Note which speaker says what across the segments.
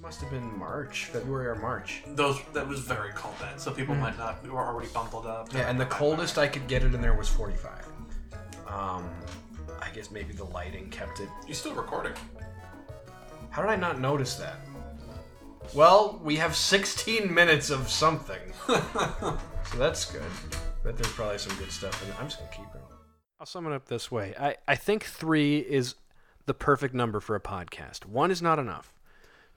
Speaker 1: must have been March, February or March.
Speaker 2: Those that was very cold then, so people might not. We were already bundled up.
Speaker 1: Hmm. Yeah, and the coldest I could get it in there was 45. Um, I guess maybe the lighting kept it.
Speaker 2: You're still recording.
Speaker 1: How did I not notice that? Well, we have 16 minutes of something. so that's good. Bet there's probably some good stuff in it. I'm just going to keep it. I'll sum it up this way I, I think three is the perfect number for a podcast. One is not enough,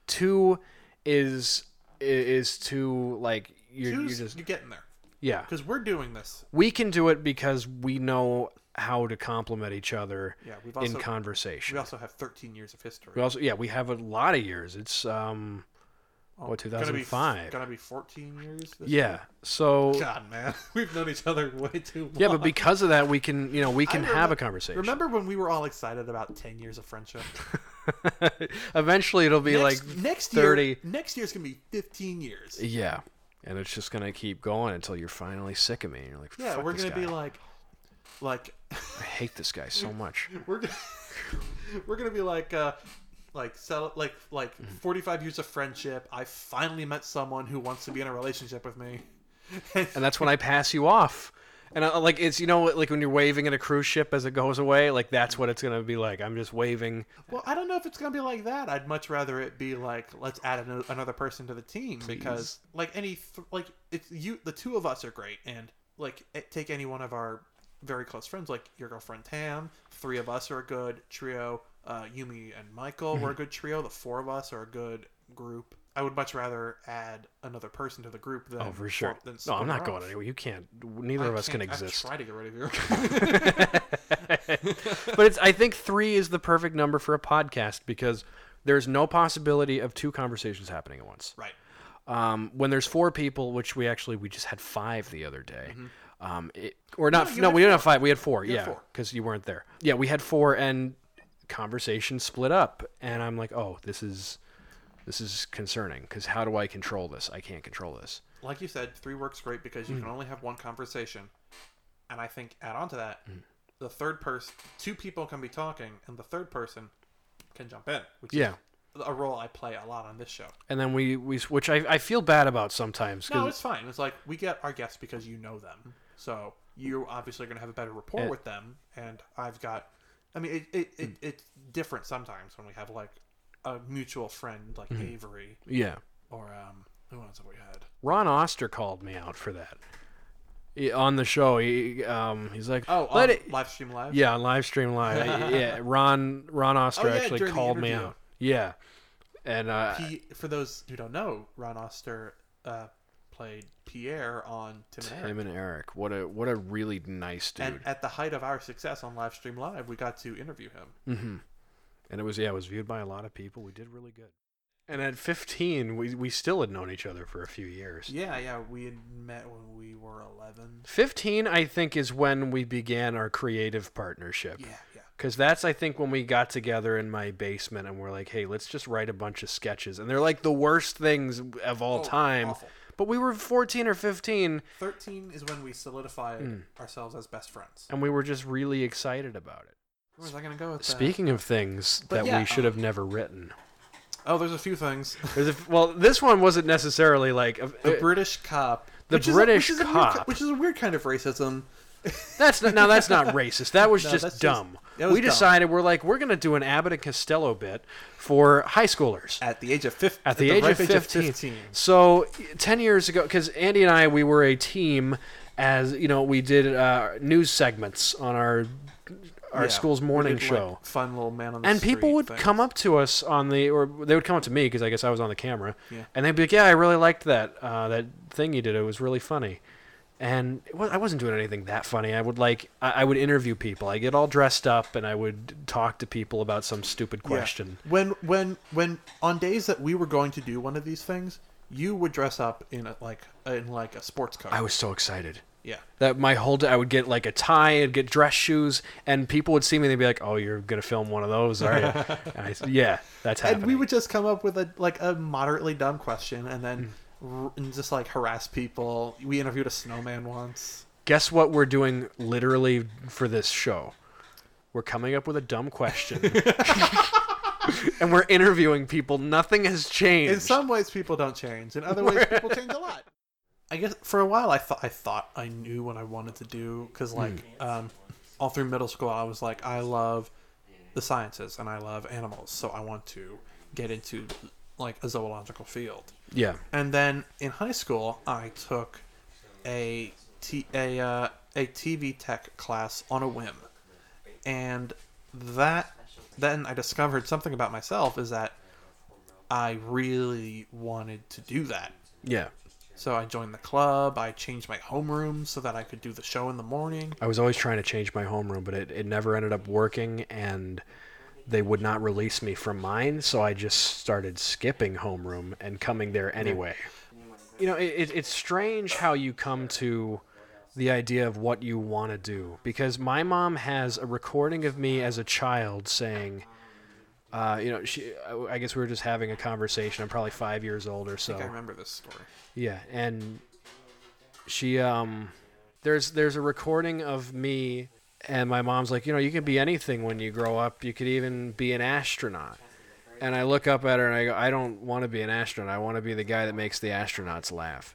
Speaker 1: two is is too like you're, you're
Speaker 2: Two's-
Speaker 1: just
Speaker 2: you're getting there
Speaker 1: yeah
Speaker 2: because we're doing this.
Speaker 1: we can do it because we know how to compliment each other
Speaker 2: Yeah, we've
Speaker 1: in
Speaker 2: also
Speaker 1: conversation.
Speaker 2: we also have 13 years of history.
Speaker 1: We also, yeah, we have a lot of years. It's um, what
Speaker 2: Oh, Gonna be
Speaker 1: 2005.
Speaker 2: Gonna be 14 years. This
Speaker 1: yeah. So
Speaker 2: God, man, we've known each other way too long.
Speaker 1: yeah, but because of that, we can you know we
Speaker 2: I
Speaker 1: can have
Speaker 2: remember-
Speaker 1: a conversation.
Speaker 2: Remember when we were all excited about 10 years of friendship?
Speaker 1: Eventually, it'll be
Speaker 2: next,
Speaker 1: like
Speaker 2: next
Speaker 1: 30.
Speaker 2: Year, next year's gonna be 15 years.
Speaker 1: yeah, and it's just gonna keep going until you're finally sick of me. And you're like,
Speaker 2: Yeah,
Speaker 1: Fuck
Speaker 2: we're
Speaker 1: this
Speaker 2: gonna be
Speaker 1: guy.
Speaker 2: like, like,
Speaker 1: I hate this guy so much.
Speaker 2: we're gonna, we're gonna be like, uh, like, sell, like, like 45 years of friendship. I finally met someone who wants to be in a relationship with me.
Speaker 1: and that's when I pass you off. And I, like it's you know like when you're waving at a cruise ship as it goes away, like that's what it's gonna be like. I'm just waving.
Speaker 2: Well, I don't know if it's gonna be like that. I'd much rather it be like let's add an- another person to the team because like any th- like it's you the two of us are great and like eh, take any one of our very close friends like your girlfriend Tam. Three of us are a good trio. Uh, Yumi and Michael were a
Speaker 1: Mm-hmm.
Speaker 2: good trio. The four of us are a good group. I would much rather add another person to the group than
Speaker 1: Oh, for sure.
Speaker 2: than
Speaker 1: No, I'm
Speaker 2: split
Speaker 1: not
Speaker 2: her
Speaker 1: going
Speaker 2: off.
Speaker 1: anywhere. You can't. Neither
Speaker 2: I
Speaker 1: of us can
Speaker 2: can't- I've
Speaker 1: exist.
Speaker 2: tried to get rid of you.
Speaker 1: but it's I think three is the perfect number for a podcast because there's no possibility of two conversations happening at once.
Speaker 2: right.
Speaker 1: Um, when there's four people, which we actually we just had five the other day. Um, it, or not?
Speaker 2: Mm-hmm. you
Speaker 1: No,
Speaker 2: had
Speaker 1: we didn't have five. We had four.
Speaker 2: had
Speaker 1: yeah,
Speaker 2: four.
Speaker 1: because you weren't there. Yeah, we had four, and conversation split up. And I'm like, oh, this is this is concerning because how do I control this? I can't control this.
Speaker 2: like you said, three works great because you can only have one conversation. And I think add on to that, the third person, two people can be talking, and the third person can jump in, which
Speaker 1: Yeah.
Speaker 2: is a role I play a lot on this show.
Speaker 1: And then we, we which I, I feel bad about sometimes. 'cause-
Speaker 2: No, it's fine. It's like we get our guests because you know them, so you're obviously going to have a better rapport
Speaker 1: And-
Speaker 2: with them. And I've got, I mean, it, it, it it's different sometimes when we have like a mutual friend like Avery
Speaker 1: yeah.
Speaker 2: or um who else have we had?
Speaker 1: Ron Oster called me out for that He- on the show. He um, he's like,
Speaker 2: Oh,
Speaker 1: let
Speaker 2: on
Speaker 1: it,
Speaker 2: live stream live.
Speaker 1: yeah, on live stream live. I- yeah, Ron Ron Oster
Speaker 2: Oh, yeah,
Speaker 1: actually
Speaker 2: during the
Speaker 1: called me
Speaker 2: interview.
Speaker 1: out. Yeah, and uh,
Speaker 2: he, for those who don't know, Ron Oster uh, played Pierre on Tim and Eric.
Speaker 1: him and Eric, what a what a really nice dude.
Speaker 2: And
Speaker 1: And,
Speaker 2: at the height of our success on Livestream Live, we got to interview him.
Speaker 1: Mm-hmm. it was yeah, it was viewed by a lot of people. We did really good. And at 15, we we still had known each other for a few years.
Speaker 2: Yeah, yeah, we had met when we were 11.
Speaker 1: 15, I think, is when we began our creative partnership.
Speaker 2: Yeah, yeah.
Speaker 1: Because that's, I think, when we got together in my basement and we're like, hey, let's just write a bunch of sketches. And they're like the worst things of all
Speaker 2: Oh,
Speaker 1: time.
Speaker 2: awful.
Speaker 1: But we were 14 or 15
Speaker 2: 13 is when we solidified
Speaker 1: Hmm.
Speaker 2: ourselves as best friends.
Speaker 1: and we were just really excited about it.
Speaker 2: Where was I going to go with that?
Speaker 1: Speaking of things
Speaker 2: But
Speaker 1: that
Speaker 2: yeah,
Speaker 1: we should have never written,
Speaker 2: Oh, there's a few things.
Speaker 1: there's a, well, this one wasn't necessarily like. a-
Speaker 2: The British cop.
Speaker 1: The
Speaker 2: which is a-
Speaker 1: British
Speaker 2: which is a weird
Speaker 1: cop.
Speaker 2: which is a weird kind of racism.
Speaker 1: that's not, now that's not racist. That was
Speaker 2: No, that's
Speaker 1: just
Speaker 2: just-
Speaker 1: dumb.
Speaker 2: that was
Speaker 1: we
Speaker 2: dumb.
Speaker 1: decided we're like we're gonna do an Abbott and Costello bit for high schoolers.
Speaker 2: At the age of 15.
Speaker 1: at the, age, of 15. So 10 years ago cuz Andy and I we were a team as you know we did uh, news segments on our our
Speaker 2: Yeah,
Speaker 1: school's
Speaker 2: we
Speaker 1: morning
Speaker 2: did, like,
Speaker 1: show.
Speaker 2: fun little man on the
Speaker 1: and people
Speaker 2: street
Speaker 1: would
Speaker 2: thing.
Speaker 1: come up to us on the or they would come up to me because I guess I was on the camera.
Speaker 2: Yeah.
Speaker 1: And they'd be like, "Yeah, I really liked that uh, that thing you did. It was really funny." And it was, I wasn't doing anything that funny. I would like I, I would interview people. I get all dressed up and I would talk to people about some stupid
Speaker 2: Yeah.
Speaker 1: question.
Speaker 2: When when when on days that we were going to do one of these things, you would dress up in a, like in like a sports coat.
Speaker 1: I was so excited.
Speaker 2: yeah.
Speaker 1: That my whole day, I would get like a tie, I'd get dress shoes, and people would see me and they'd be like, "Oh, you're gonna film one of those, are you?" and I, said, yeah, that's happening.
Speaker 2: And we would just come up with a like a moderately dumb question and then
Speaker 1: Hmm.
Speaker 2: r- and just like harass people. We interviewed a snowman once.
Speaker 1: guess what we're doing literally for this show? We're coming up with a dumb question. and we're interviewing people. Nothing has changed.
Speaker 2: In some ways, people don't change. In other ways, people change a lot. I guess for a while, I thought I thought I knew what I wanted to do because, like, um, all through middle school, I was like, I love the sciences and I love animals, so I want to get into like a zoological field.
Speaker 1: yeah.
Speaker 2: And then in high school, I took a t- a uh, a TV tech class on a whim, and that then I discovered something about myself is that I really wanted to do that.
Speaker 1: Yeah.
Speaker 2: So I joined the club. I changed my homeroom so that I could do the show in the morning.
Speaker 1: I was always trying to change my homeroom, but it, it never ended up working, and they would not release me from mine, so I just started skipping homeroom and coming there anyway. You know, it, it, it's strange how you come to the idea of what you want to do, because my mom has a recording of me as a child saying, uh, you know, she, I I guess we were just having a conversation. I'm probably five years old or so.
Speaker 2: I remember this story.
Speaker 1: Yeah, and she um there's there's a recording of me and my mom's like, you know, you can be anything when you grow up. You could even be an astronaut. And I look up at her and I go, I don't want to be an astronaut. I want to be the guy that makes the astronauts laugh.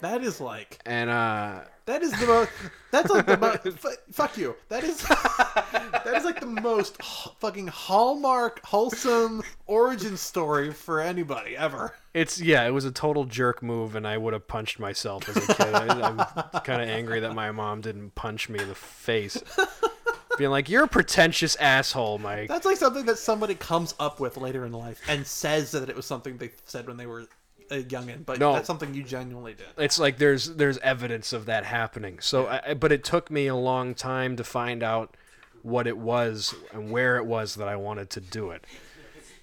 Speaker 2: That is like
Speaker 1: And uh
Speaker 2: That is the most. That's like the most. fuck you. That is. that is like the most h- fucking hallmark wholesome origin story for anybody ever.
Speaker 1: it's yeah, it was a total jerk move and I would have punched myself as a kid. I, I'm kind of angry that my mom didn't punch me in the face. Being like, "You're a pretentious asshole, Mike."
Speaker 2: That's like something that somebody comes up with later in life and says that it was something they said when they were a youngin, but
Speaker 1: No.
Speaker 2: that's something you genuinely did.
Speaker 1: it's like there's there's evidence of that happening. So, I, I- but it took me a long time to find out what it was and where it was that I wanted to do it.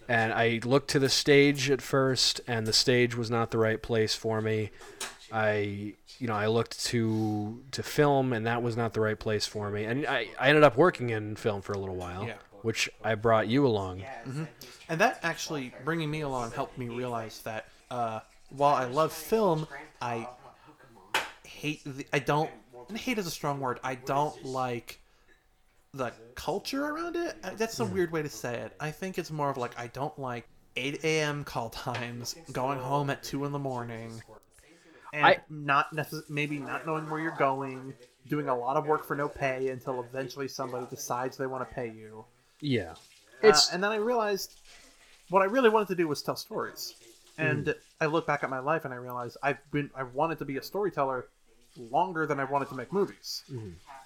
Speaker 1: And I looked to the stage at first, and the stage was not the right place for me. I, you know, I looked to to film, and that was not the right place for me. And I, I ended up working in film for a little while,
Speaker 2: Yeah.
Speaker 1: which I brought you along.
Speaker 2: And that actually bringing me along helped me realize that uh, while I love film, I hate. The, I don't. And hate is a strong word. I don't like the culture around it. Uh, That's a weird way to say it. I think it's more of like I don't like 8 a.m. call times, going home at two in the morning, and
Speaker 1: I-
Speaker 2: not necess- maybe not knowing where you're going, doing a lot of work for no pay until eventually somebody decides they want to pay you.
Speaker 1: Yeah,
Speaker 2: Uh,
Speaker 1: it's
Speaker 2: and then I realized what I really wanted to do was tell stories. And I look back at my life and I realize I've been I wanted to be a storyteller longer than I wanted to make movies.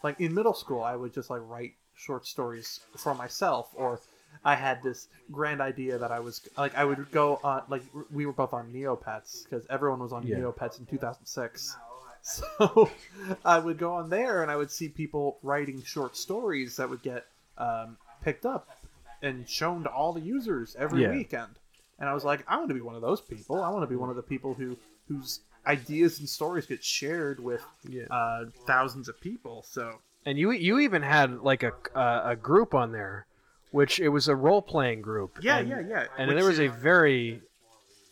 Speaker 2: Like in middle school, I would just like write short stories for myself, or I had this grand idea that I was like I would go on like we were both on Neopets because everyone was on
Speaker 1: Yeah.
Speaker 2: Neopets in 2006. So I would go on there and I would see people writing short stories that would get um, picked up and shown to all the users every
Speaker 1: Yeah.
Speaker 2: weekend. And I was like, I want to be one of those people. I want to be one of the people who whose ideas and stories get shared with
Speaker 1: Yeah.
Speaker 2: uh, thousands of people. So
Speaker 1: and you you even had like a uh, a group on there, which it was a role playing group.
Speaker 2: yeah,
Speaker 1: and,
Speaker 2: yeah, yeah.
Speaker 1: And
Speaker 2: Which-
Speaker 1: there was a very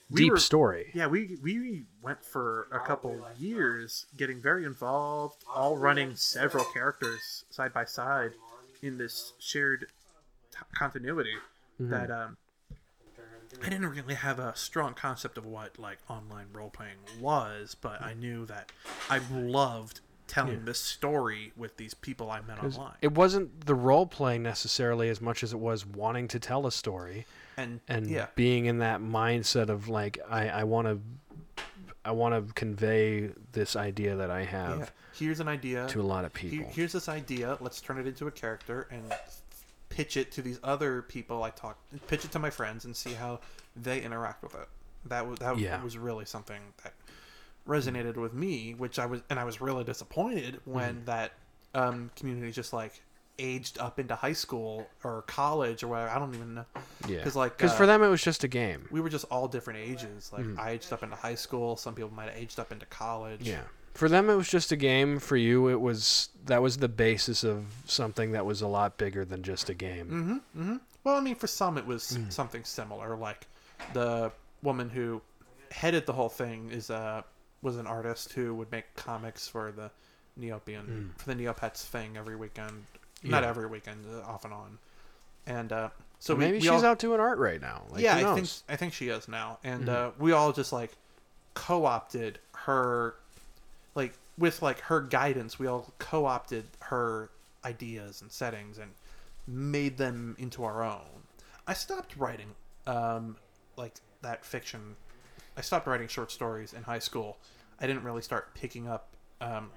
Speaker 2: We
Speaker 1: deep
Speaker 2: were-
Speaker 1: story.
Speaker 2: Yeah, we we went for a couple years, getting very involved, all running several characters side by side in this shared t- continuity.
Speaker 1: Mm-hmm.
Speaker 2: That um, I didn't really have a strong concept of what like online role playing was, but I knew that I loved telling this story with these people I met online,
Speaker 1: It wasn't the role playing necessarily as much as it was wanting to tell a story
Speaker 2: and
Speaker 1: and
Speaker 2: yeah,
Speaker 1: being in that mindset of like I I want to I want to convey this idea that I have
Speaker 2: yeah. here's an idea
Speaker 1: to a lot of
Speaker 2: Here-
Speaker 1: people.
Speaker 2: here's this idea. Let's turn it into a character and pitch it to these other people I talk. Pitch it to my friends and see how they interact with it. That was that
Speaker 1: Yeah.
Speaker 2: was really something that resonated with me, which I was and I was really disappointed when
Speaker 1: Mm.
Speaker 2: that um, community just like aged up into high school or college or whatever. I don't even know.
Speaker 1: yeah.
Speaker 2: 'cause, like,
Speaker 1: Cuz
Speaker 2: uh,
Speaker 1: for them it was just a game.
Speaker 2: We were just all different ages. Like I aged up into high school. Some people might have aged up into college.
Speaker 1: Mm. Yeah. For them, it was just a game. For you, it was that was the basis of something that was a lot bigger than just a game.
Speaker 2: Mm, Mm-hmm, Well, I mean, for some it was
Speaker 1: Mm.
Speaker 2: something similar. Like the woman who headed the whole thing is uh, was an artist who would make comics for the Neopian for the Neopets thing every weekend. Not
Speaker 1: Mm. Yeah.
Speaker 2: every weekend, uh, off and on. and uh, so we,
Speaker 1: Maybe
Speaker 2: we
Speaker 1: she's
Speaker 2: all,
Speaker 1: out doing art right now. Like,
Speaker 2: yeah,
Speaker 1: who knows? Mm-hmm.
Speaker 2: I think I think she is now, and uh, we all just like co-opted her, like with like her guidance, we all co-opted her ideas and settings and made them into our own. I stopped writing, um, like that fiction. I stopped writing short stories in high school. I didn't really start picking up. Um,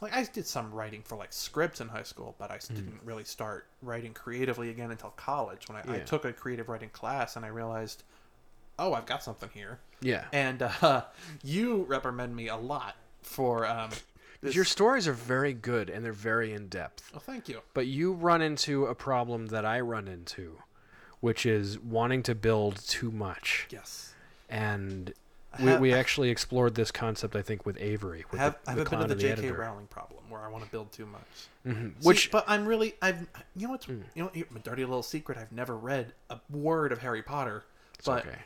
Speaker 2: like I did some writing for like scripts in high school, but I s- didn't really start writing creatively again until college when I, I
Speaker 1: Yeah.
Speaker 2: took a creative writing class and I realized, oh, I've got something here.
Speaker 1: yeah.
Speaker 2: And uh, you reprimand me a lot for um, this.
Speaker 1: Your stories are very good and they're very in depth.
Speaker 2: oh, thank you.
Speaker 1: But you run into a problem that I run into, which is wanting to build too much.
Speaker 2: Yes.
Speaker 1: And
Speaker 2: I
Speaker 1: we,
Speaker 2: have-
Speaker 1: we actually explored this concept, I think, with Avery.
Speaker 2: I
Speaker 1: With
Speaker 2: have,
Speaker 1: the,
Speaker 2: I have a bit
Speaker 1: Clown
Speaker 2: of the
Speaker 1: and
Speaker 2: J.K.
Speaker 1: Editor. Mm-hmm.
Speaker 2: Rowling problem where I want to build too much. See,
Speaker 1: Which, Hmm.
Speaker 2: but I'm really, I've, you know what's, you know, here- my dirty little secret. I've never read a word of Harry Potter, but
Speaker 1: okay.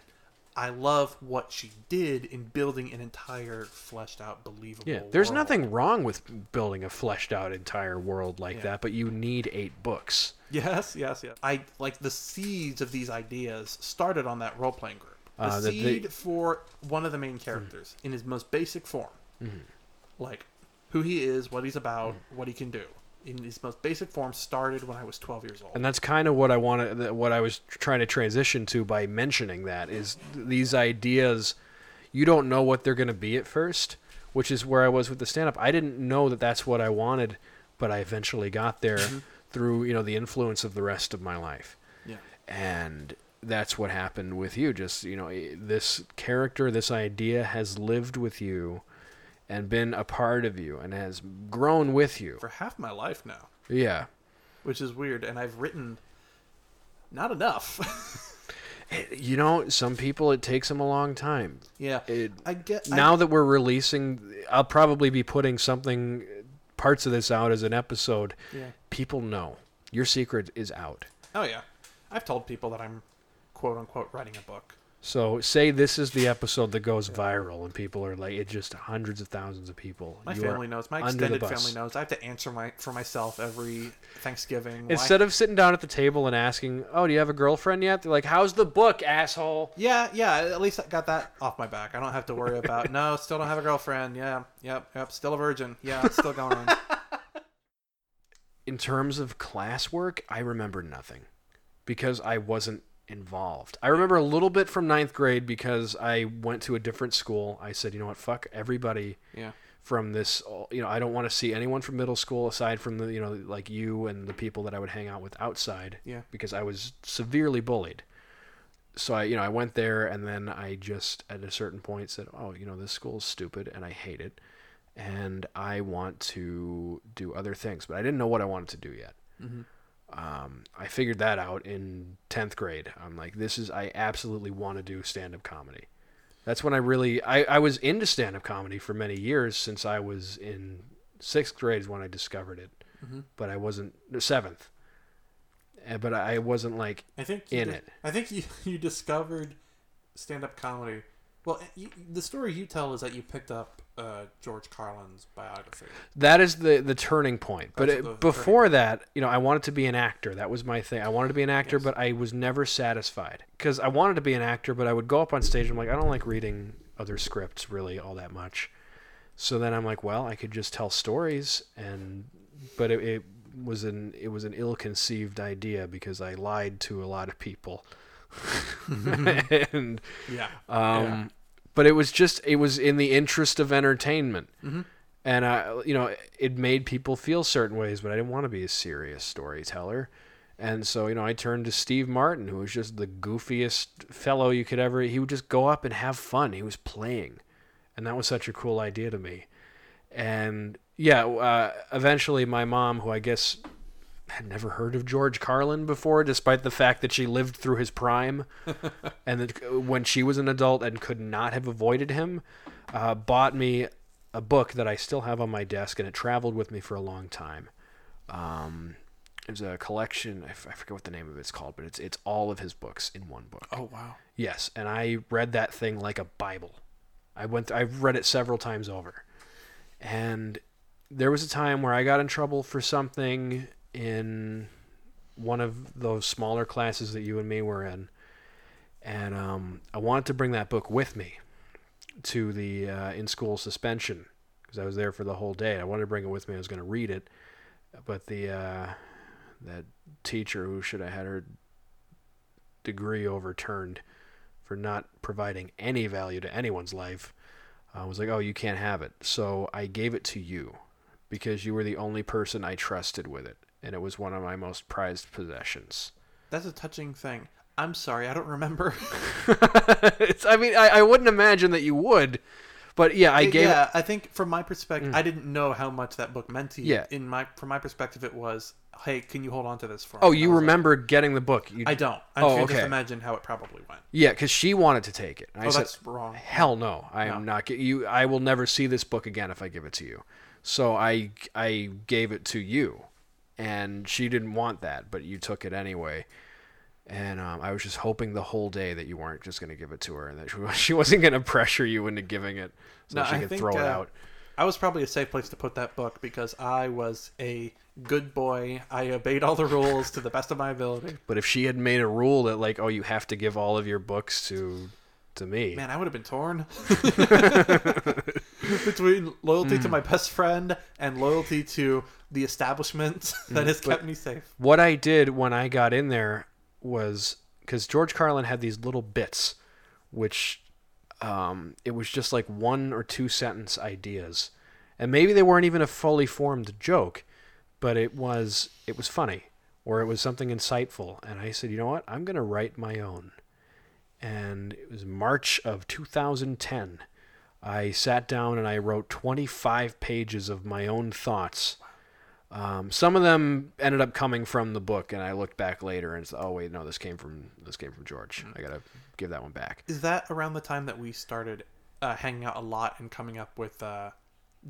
Speaker 2: I love what she did in building an entire fleshed out, believable.
Speaker 1: yeah, there's
Speaker 2: world.
Speaker 1: nothing wrong with building a fleshed out entire world like
Speaker 2: Yeah.
Speaker 1: that, but you need eight books.
Speaker 2: Yes, yes, yes. I like the seeds of these ideas started on that role playing group. The
Speaker 1: Uh, that they- Mm.
Speaker 2: seed for one of the main characters in his most basic form,
Speaker 1: Mm-hmm.
Speaker 2: like who he is, what he's about,
Speaker 1: Mm.
Speaker 2: what he can do. In his most basic form, started when I was 12 years old.
Speaker 1: And that's kind of what I wanted, what I was trying to transition to by mentioning that is th- these ideas, you don't know what they're going to be at first, which is where I was with the stand up. I didn't know that that's what I wanted, but I eventually got there
Speaker 2: Mm-hmm.
Speaker 1: through, you know, the influence of the rest of my life.
Speaker 2: yeah,
Speaker 1: And that's what happened with you. Just, you know, i- this character, this idea has lived with you and been a part of you and has grown with you.
Speaker 2: for half my life now,
Speaker 1: Yeah.
Speaker 2: which is weird. And I've written not enough.
Speaker 1: You know, some people, it takes them a long time.
Speaker 2: yeah,
Speaker 1: It-
Speaker 2: I get I-
Speaker 1: now that we're releasing i'll probably be putting something parts of this out as an episode
Speaker 2: Yeah.
Speaker 1: people know your secret is out
Speaker 2: Oh yeah, I've told people that I'm quote unquote writing a book.
Speaker 1: so say this is the episode that goes viral and people are like it just hundreds of thousands of people
Speaker 2: My
Speaker 1: You are
Speaker 2: family knows. My
Speaker 1: under the
Speaker 2: extended
Speaker 1: bus.
Speaker 2: family knows. I have to answer my for myself every Thanksgiving. Why-
Speaker 1: instead of sitting down at the table and asking oh do you have a girlfriend yet they're like how's the book asshole
Speaker 2: yeah, yeah. At least I got that off my back. I don't have to worry about. no, still don't have a girlfriend. Yeah, yep, yep. Still a virgin. Yeah, it's still going on.
Speaker 1: in terms of classwork i remember nothing because i wasn't involved i remember a little bit from ninth grade because i went to a different school i said you know what fuck everybody
Speaker 2: Yeah,
Speaker 1: from this you know i don't want to see anyone from middle school aside from the you know like you and the people that i would hang out with outside
Speaker 2: Yeah.
Speaker 1: because i was severely bullied so i you know i went there and then i just at a certain point said oh you know this school is stupid and i hate it and i want to do other things but i didn't know what i wanted to do yet um, i figured that out in 10th grade i'm like this is i absolutely want to do stand-up comedy that's when I really I, I was into stand up comedy for many years since I was in sixth grade is when I discovered it, but I wasn't no, seventh. Uh, But I wasn't like
Speaker 2: I think
Speaker 1: you In dis- it.
Speaker 2: I think you you discovered stand up comedy. Well, the story you tell is that you picked up uh, George Carlin's biography.
Speaker 1: that is the the turning point. But
Speaker 2: That's
Speaker 1: it,
Speaker 2: the turning
Speaker 1: before that, you know, I wanted to be an actor. That was my thing. I wanted to be an actor, but I was never satisfied because I wanted to be an actor. But I would go up on stage. and I'm like, I don't like reading other scripts really all that much. So then I'm like, well, I could just tell stories, and but it, it was an it was an ill-conceived idea because I lied to a lot of people, and
Speaker 2: Yeah.
Speaker 1: um, But it was just it was in the interest of entertainment, and I you know it made people feel certain ways, but I didn't want to be a serious storyteller, and so you know I turned to Steve Martin, who was just the goofiest fellow you could ever. He would just go up and have fun. He was playing, and that was such a cool idea to me, and yeah, uh, eventually my mom, who I guess had never heard of George Carlin before, despite the fact that she lived through his prime, and that when she was an adult and could not have avoided him, uh, bought me a book that I still have on my desk, and it traveled with me for a long time. Um, it was a collection. I, f- I forget what the name of it's called, but it's it's all of his books in one book.
Speaker 2: Oh wow.
Speaker 1: Yes, and I read that thing like a Bible. I went. Th- I've read it several times over, and there was a time where I got in trouble for something in one of those smaller classes that you and me were in, and um, I wanted to bring that book with me to the uh, in school suspension because I was there for the whole day. I wanted to bring it with me. I was going to read it, but the uh, that teacher who should have had her degree overturned for not providing any value to anyone's life uh, was like, "Oh, you can't have it." So I gave it to you because you were the only person I trusted with it, and it was one of my most prized possessions.
Speaker 2: That's a touching thing. I'm sorry, I don't remember.
Speaker 1: it's, I mean, I, I wouldn't imagine that you would, but yeah, I gave Mm.
Speaker 2: yeah, I think from my perspective, I didn't know how much that book meant to you.
Speaker 1: Yeah.
Speaker 2: In my from my perspective, it was, hey, can you hold on to this for?
Speaker 1: Oh,
Speaker 2: me?"
Speaker 1: you
Speaker 2: I was like,
Speaker 1: remember getting the book? You,
Speaker 2: I don't. I
Speaker 1: Oh,
Speaker 2: can just
Speaker 1: okay.
Speaker 2: imagine how it probably went.
Speaker 1: yeah, because she wanted to take it. And I
Speaker 2: Oh,
Speaker 1: said,
Speaker 2: that's wrong.
Speaker 1: "Hell no, I am not get you. I will never see this book again if I give it to you." So I I gave it to you, and she didn't want that, but you took it anyway. And um, I was just hoping the whole day that you weren't just going to give it to her, and that she, she wasn't going to pressure you into giving it, so
Speaker 2: No,
Speaker 1: she
Speaker 2: I
Speaker 1: could
Speaker 2: think,
Speaker 1: throw it
Speaker 2: uh,
Speaker 1: out.
Speaker 2: I was probably a safe place to put that book because I was a good boy. I obeyed all the rules to the best of my ability.
Speaker 1: But if she had made a rule that like, oh, you have to give all of your books to to me,
Speaker 2: Man, I would have been torn between loyalty
Speaker 1: Hmm.
Speaker 2: to my best friend and loyalty to the establishment
Speaker 1: Hmm.
Speaker 2: that has kept me safe.
Speaker 1: what I did when I got in there was because George Carlin had these little bits, which um, it was just like one or two sentence ideas, and maybe they weren't even a fully formed joke, but it was it was funny or it was something insightful, and I said, you know what, I'm gonna write my own, and it was March of 2010. I sat down and I wrote 25 pages of my own thoughts. Um, some of them ended up coming from the book, and I looked back later and said, "Oh wait, no, this came from this came from George.
Speaker 2: Mm-hmm.
Speaker 1: I gotta give that one back."
Speaker 2: Is that around the time that we started uh, hanging out a lot and coming up with uh,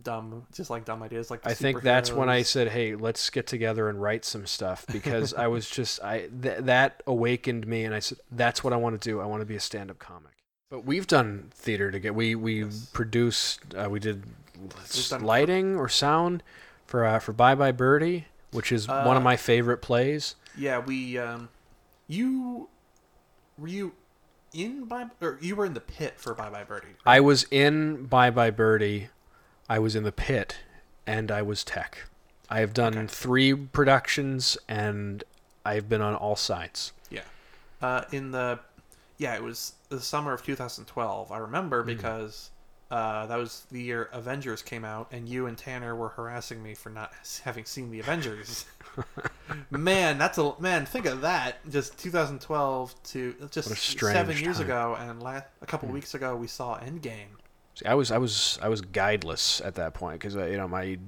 Speaker 2: dumb, just like dumb ideas? Like the
Speaker 1: I think that's when I
Speaker 2: superheroes?
Speaker 1: said, "Hey, let's get together and write some stuff," because I was just I th- that awakened me, and I said, "That's what I want to do. I want to be a stand-up comic." But we've done theater together. We we produced, uh, we did s-
Speaker 2: done-
Speaker 1: lighting or sound for uh, for Bye Bye Birdie, which is one
Speaker 2: Uh,
Speaker 1: of my favorite plays.
Speaker 2: Yeah, we. Um, you were you in by or you were in the pit for Bye Bye Birdie.
Speaker 1: I was in Bye Bye Birdie, I was in the pit, and I was tech. I have done three productions, and I've been on all sides.
Speaker 2: Yeah. Uh, in the yeah, it was the summer of 2012. I remember
Speaker 1: Mm.
Speaker 2: because uh, that was the year Avengers came out, and you and Tanner were harassing me for not having seen the Avengers. man, that's a man. Think of that. Just 2012 to just
Speaker 1: What a strange
Speaker 2: seven years
Speaker 1: time. Mm.
Speaker 2: ago, and la a couple weeks ago we saw Endgame.
Speaker 1: See, I was I was I was guideless at that point because you know my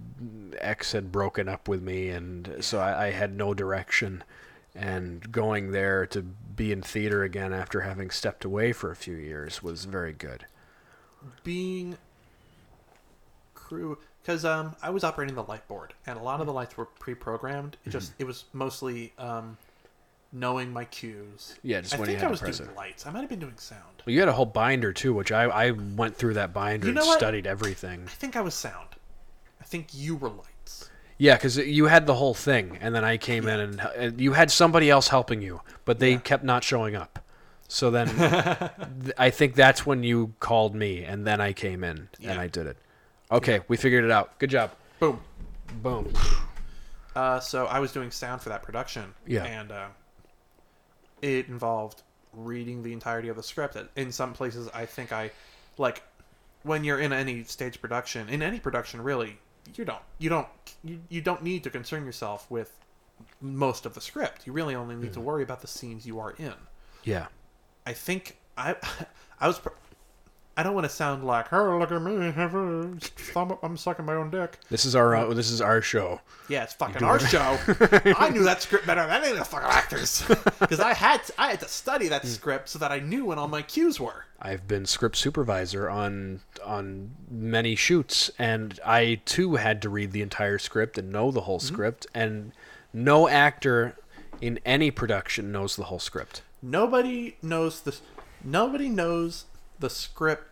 Speaker 1: ex had broken up with me, and so I, I had no direction. And going there to be in theater again after having stepped away for a few years was very good.
Speaker 2: being crew because um I was operating the light board and a lot of the lights were pre-programmed. It just
Speaker 1: Mm-hmm.
Speaker 2: it was mostly um knowing my cues.
Speaker 1: Yeah, just
Speaker 2: I
Speaker 1: when you
Speaker 2: think
Speaker 1: had
Speaker 2: I
Speaker 1: to
Speaker 2: was
Speaker 1: press
Speaker 2: doing
Speaker 1: it.
Speaker 2: lights. I might have been doing sound.
Speaker 1: Well, you had a whole binder too, which I, I went through that binder
Speaker 2: You know
Speaker 1: and
Speaker 2: what?
Speaker 1: studied everything.
Speaker 2: I think I was sound. I think you were lights.
Speaker 1: Yeah, because you had the whole thing, and then I came in, and, and you had somebody else helping you, but they kept not showing up. So then, th- I think that's when you called me, and then I came in and
Speaker 2: Yeah.
Speaker 1: I did it. Okay, we figured it out. Good job.
Speaker 2: Boom.
Speaker 1: Boom.
Speaker 2: Uh, so I was doing sound for that production.
Speaker 1: Yeah.
Speaker 2: And uh, it involved reading the entirety of the script. In some places, I think I, like, when you're in any stage production, in any production really, you don't you don't you, you don't need to concern yourself with most of the script. You really only need to worry about the scenes you are in.
Speaker 1: Yeah.
Speaker 2: I think I I was. Pr- I don't want to sound like, oh, look at me, I'm, I'm sucking my own dick.
Speaker 1: This is our uh, this is our show.
Speaker 2: Yeah, it's fucking our show. I knew that script better than any of the fucking actors because I had to, I had to study that script so that I knew when all my cues were.
Speaker 1: I've been script supervisor on on many shoots, and I too had to read the entire script and know the whole script. And no actor in any production knows the whole script.
Speaker 2: Nobody knows the nobody knows the script.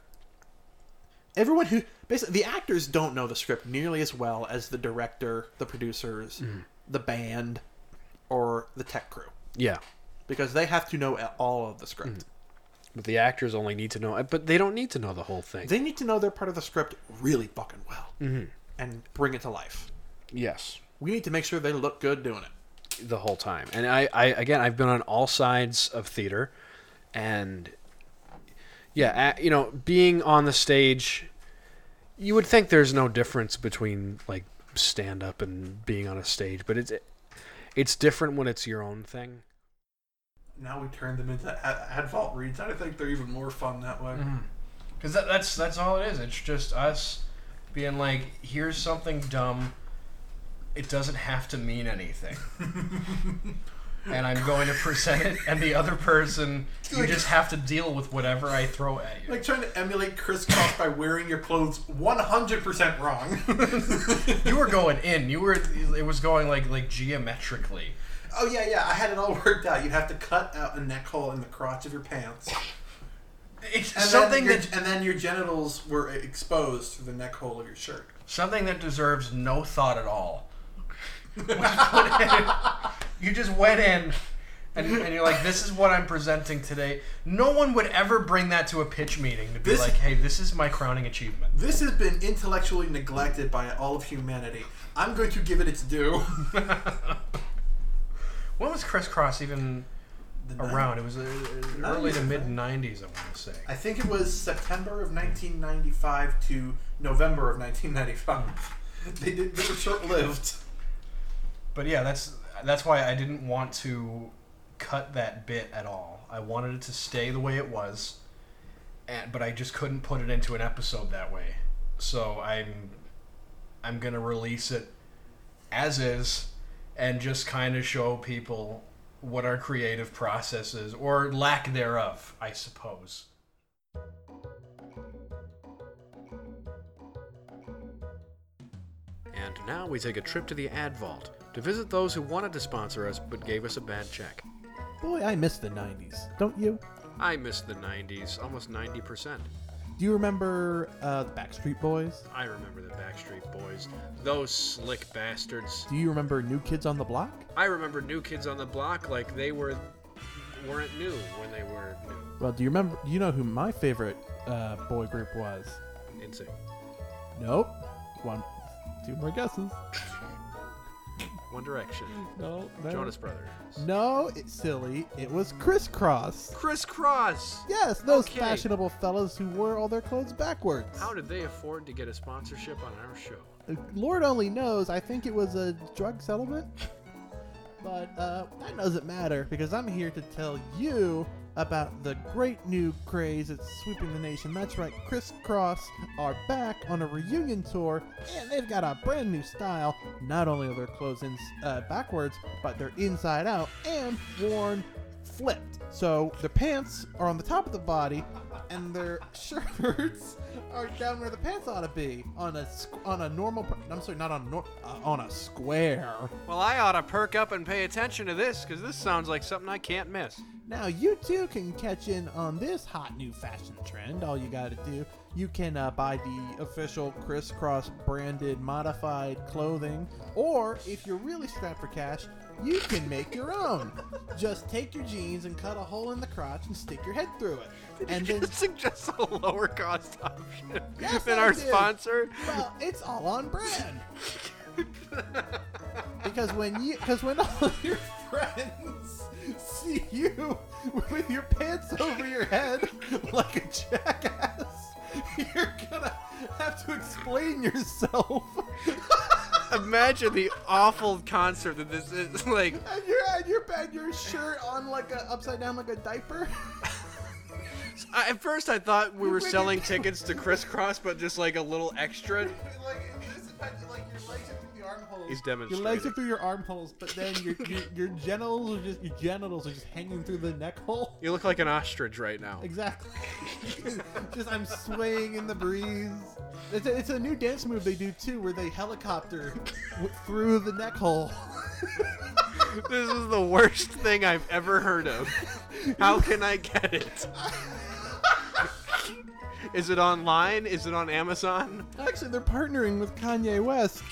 Speaker 2: Everyone who basically the actors don't know the script nearly as well as the director, the producers, the band, or the tech crew
Speaker 3: Yeah.
Speaker 2: because they have to know all of the script.
Speaker 3: But the actors only need to know, uh, but they don't need to know the whole thing.
Speaker 2: They need to know their part of the script really fucking well and bring it to life.
Speaker 3: yes.
Speaker 2: We need to make sure they look good doing it.
Speaker 3: the whole time. And I, I again, I've been on all sides of theater, and yeah, a you know, being on the stage, you would think there's no difference between like stand up and being on a stage, but it's it's different when it's your own thing.
Speaker 2: Now we turn them into ad vault reads. I think they're even more fun that way.
Speaker 1: Because that, that's that's all it is. It's just us being like, here's something dumb. It doesn't have to mean anything. and I'm going to present it, and the other person, you just have to deal with whatever I throw at you.
Speaker 4: Like trying to emulate crisscross by wearing your clothes 100% wrong.
Speaker 1: you were going in. You were. It was going like like geometrically.
Speaker 4: oh, yeah, yeah. I had it all worked out. You'd have to cut out a neck hole in the crotch of your pants.
Speaker 1: It's
Speaker 4: And
Speaker 1: something
Speaker 4: then your,
Speaker 1: that
Speaker 4: and then your genitals were exposed through the neck hole of your shirt.
Speaker 1: something that deserves no thought at all. you just went in, and, and you're like, "This is what I'm presenting today." No one would ever bring that to a pitch meeting to be
Speaker 4: This-
Speaker 1: like, "Hey, this is my crowning achievement."
Speaker 4: This has been intellectually neglected by all of humanity. I'm going to give it its due.
Speaker 1: When was crisscross even
Speaker 4: The nin-
Speaker 1: around? It was uh, early to
Speaker 4: 90s,
Speaker 1: mid
Speaker 4: right?
Speaker 1: '90s, I want to say.
Speaker 4: I think it was September of 1995 to November of 1995. They, did, they were short lived.
Speaker 1: But yeah, that's that's why I didn't want to cut that bit at all. I wanted it to stay the way it was, and, but I just couldn't put it into an episode that way. So I'm I'm gonna release it as is, and just kind of show people what our creative process is or lack thereof, I suppose.
Speaker 3: And now we take a trip to the ad vault to visit those who wanted to sponsor us but gave us a bad check.
Speaker 2: Boy, I miss the 90s, don't you?
Speaker 3: I miss the '90s, almost 90%.
Speaker 2: Do you remember uh, the Backstreet Boys?
Speaker 3: I remember the Backstreet Boys, those slick bastards.
Speaker 2: Do you remember New Kids on the Block?
Speaker 3: I remember New Kids on the Block like they were weren't new when they were new.
Speaker 2: Well, do you remember? Do you know who my favorite uh, boy group was?
Speaker 3: Insane.
Speaker 2: Nope. One, two more guesses.
Speaker 3: One Direction,
Speaker 2: No, no.
Speaker 3: Jonas Brothers,
Speaker 2: No, it's silly. It was crisscross.
Speaker 3: Criss Cross.
Speaker 2: Yes, those
Speaker 3: Okay.
Speaker 2: fashionable fellas who wore all their clothes backwards.
Speaker 3: How did they afford to get a sponsorship on our show?
Speaker 2: Lord only knows. I think it was a drug settlement. But uh, that doesn't matter because I'm here to tell you about the great new craze that's sweeping the nation. That's right, Crisscross are back on a reunion tour, and they've got a brand new style. Not only are their clothes in, uh, backwards, but they're inside out and worn flipped. So their pants are on the top of the body, and their shirts are down where the pants ought to be on a squ- on a normal. Per- I'm sorry, not on nor- uh, on a square.
Speaker 3: Well, I ought to perk up and pay attention to this because this sounds like something I can't miss.
Speaker 2: Now you too can catch in on this hot new fashion trend. All you gotta do, you can uh, buy the official crisscross branded modified clothing, or if you're really strapped for cash, you can make your own. Just take your jeans and cut a hole in the crotch and stick your head through it, and then
Speaker 3: suggests a lower cost option
Speaker 2: Yes, than I our did.
Speaker 3: sponsor.
Speaker 2: well, it's all on brand. because when you, because when all your friends see you with your pants over your head like a jackass, you're gonna have to explain yourself,
Speaker 3: Imagine the awful concert that this is. Like,
Speaker 2: and your and your and your shirt on like a upside down like a diaper.
Speaker 3: I- at first I thought we were
Speaker 2: Wait,
Speaker 3: selling
Speaker 2: wait.
Speaker 3: tickets to crisscross, but just like a little extra.
Speaker 4: like, this, like your legs are through the armholes.
Speaker 3: He's
Speaker 2: Your
Speaker 3: demonstrating.
Speaker 2: legs are through your armholes, but then your your, your genitals are just your genitals are just hanging through the neck hole.
Speaker 3: You look like an ostrich right now.
Speaker 2: Exactly. Just I'm swaying in the breeze. It's a, it's a new dance move they do too, where they helicopter w- through the neck hole.
Speaker 3: This is the worst thing I've ever heard of. How can I get it?
Speaker 1: Is it online? Is it on Amazon?
Speaker 2: Actually, they're partnering with Kanye West.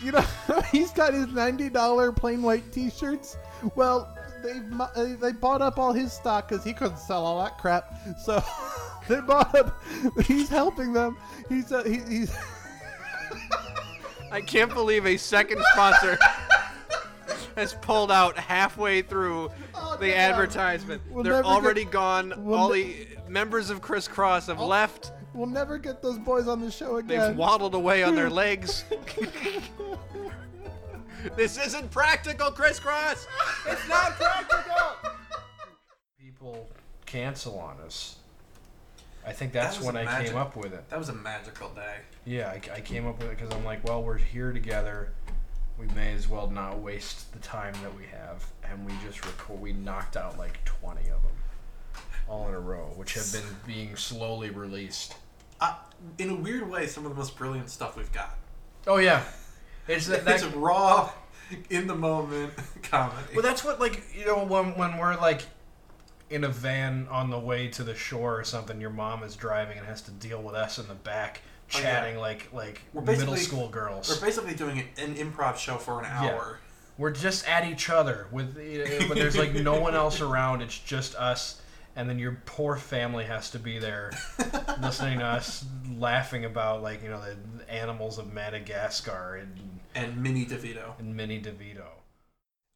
Speaker 2: you know, he's got his ninety-dollar plain white T-shirts. Well, they uh, they bought up all his stock because he couldn't sell all that crap. So they bought up. He's helping them. He's uh, he, he's.
Speaker 1: I can't believe a second sponsor has pulled out halfway through
Speaker 2: Oh,
Speaker 1: the
Speaker 2: damn.
Speaker 1: advertisement.
Speaker 2: We'll
Speaker 1: They're
Speaker 2: never
Speaker 1: already
Speaker 2: get-
Speaker 1: gone.
Speaker 2: we'll
Speaker 1: All
Speaker 2: ne- Oh.
Speaker 1: the members of Crisscross have left.
Speaker 2: We'll never get those boys on the show
Speaker 1: They've
Speaker 2: again.
Speaker 1: waddled away on their legs. this isn't practical, crisscross. It's not practical.
Speaker 5: People cancel on us. I think
Speaker 6: That
Speaker 5: that's
Speaker 6: was
Speaker 5: when I
Speaker 6: magic.
Speaker 5: came up with it.
Speaker 6: That was a magical day.
Speaker 5: Yeah, I, I came up with it because I'm like, well, we're here together. We may as well not waste the time that we have, and we just record. We knocked out like 20 of them, all in a row, which have been being slowly released.
Speaker 6: Uh, in a weird way, some of the most brilliant stuff we've got.
Speaker 5: Oh yeah, it's that.
Speaker 6: That's
Speaker 5: that
Speaker 6: raw, in the moment comedy.
Speaker 5: well, that's what like you know when when we're like in a van on the way to the shore or something. Your mom is driving and has to deal with us in the back
Speaker 6: Oh, yeah.
Speaker 5: chatting like like
Speaker 6: We're
Speaker 5: middle
Speaker 6: basically-
Speaker 5: school girls.
Speaker 6: We're basically doing an improv show for an hour.
Speaker 5: we're just at each other with but there's like no one else around it's just us and then your poor family has to be there listening to us laughing about like you know the animals of madagascar and,
Speaker 6: And Minnie DeVito.
Speaker 5: and minnie devito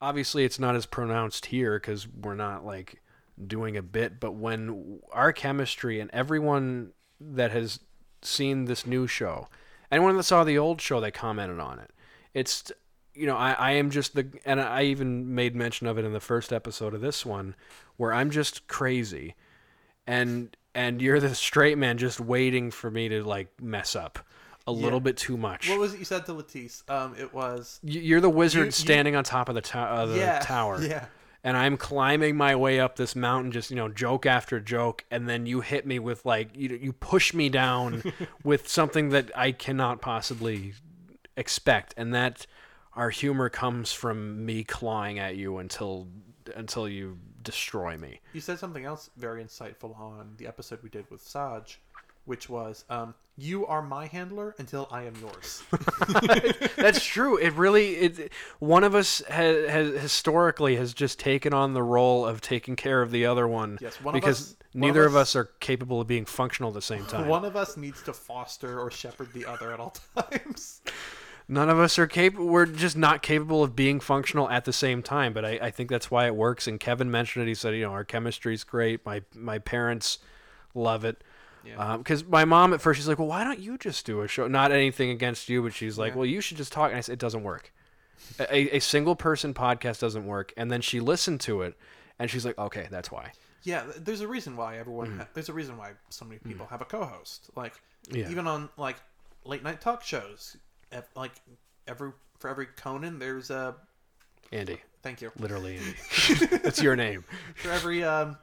Speaker 3: obviously it's not as pronounced here because we're not like doing a bit but when our chemistry and everyone that has seen this new show anyone that saw the old show they commented on it it's you know I, I am just the and i even made mention of it in the first episode of this one where i'm just crazy and and you're the straight man just waiting for me to like mess up a little bit too much
Speaker 4: What was it you said to Latisse? Um, it was
Speaker 3: Y- you're the wizard
Speaker 4: you-
Speaker 3: standing on top of the, to- uh, the
Speaker 4: yeah,
Speaker 3: tower
Speaker 4: Yeah,
Speaker 3: and I'm climbing my way up this mountain, just you know, joke after joke, and then you hit me with like you you push me down with something that I cannot possibly expect, and that our humor comes from me clawing at you until until you destroy me.
Speaker 4: you said something else very insightful on the episode we did with Saj, which was um, "You are my handler until I am yours."
Speaker 3: That's true. It really it one of us has, has historically has just taken on the role of taking care of the other one
Speaker 4: Yes, one of
Speaker 3: because
Speaker 4: us- one of
Speaker 3: neither of
Speaker 4: us-
Speaker 3: us, are capable of being functional at the same time.
Speaker 4: One of us needs to foster or shepherd the other at all times.
Speaker 3: None of us are capable. We're just not capable of being functional at the same time. But I, I think that's why it works. And Kevin mentioned it. He said, you know, our chemistry's great. My my parents love it. Because my mom at first she's like, well, why don't you just do a show? Not anything against you, but she's like, well, you should just talk. And I said, it doesn't work. A, a single person podcast doesn't work. And then she listened to it, and she's like, okay, that's why.
Speaker 4: Yeah, th- there's a reason why everyone. Ha- there's a reason why so many people have a co-host. Like
Speaker 3: Yeah.
Speaker 4: even on like late night talk shows, ev- like every for every Conan, there's a
Speaker 3: Andy,
Speaker 4: thank you
Speaker 3: literally Andy. that's your name.
Speaker 4: for every um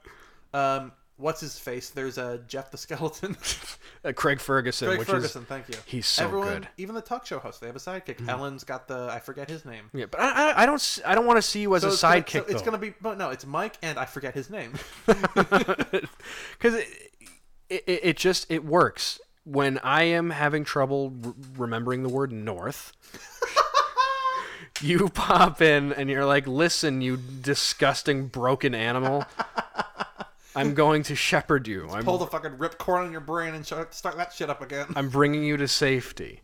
Speaker 4: um what's his face. There's a Jeff the Skeleton,
Speaker 3: Uh, Craig Ferguson,
Speaker 4: Greg
Speaker 3: which
Speaker 4: Ferguson.
Speaker 3: is
Speaker 4: thank you.
Speaker 3: he's so
Speaker 4: everyone,
Speaker 3: good. Mm-hmm.
Speaker 4: Even the talk show host, they have a sidekick. Ellen's got the I forget his name.
Speaker 3: yeah. But I, I, I don't s- I don't want to see you as a
Speaker 4: it's gonna-
Speaker 3: sidekick.
Speaker 4: so it's
Speaker 3: though.
Speaker 4: gonna be, but no, it's Mike and I forget his name.
Speaker 3: because it, it, it just it works when i am having trouble r- remembering the word north you pop in and you're like listen you disgusting broken animal i'm going to shepherd you I'm,
Speaker 4: Pull the fucking ripcord on your brain and sh- start that shit up again.
Speaker 3: I'm bringing you to safety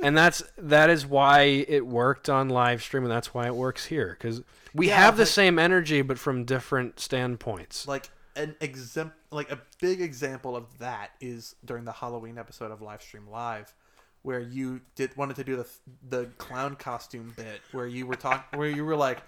Speaker 3: and that's that is why it worked on live stream and that's why it works here because we have the
Speaker 4: but-
Speaker 3: same energy but from different standpoints
Speaker 4: like an exempt like a big example of that is during the Halloween episode of Livestream Live where you did wanted to do the the clown costume bit where you were talking where you were like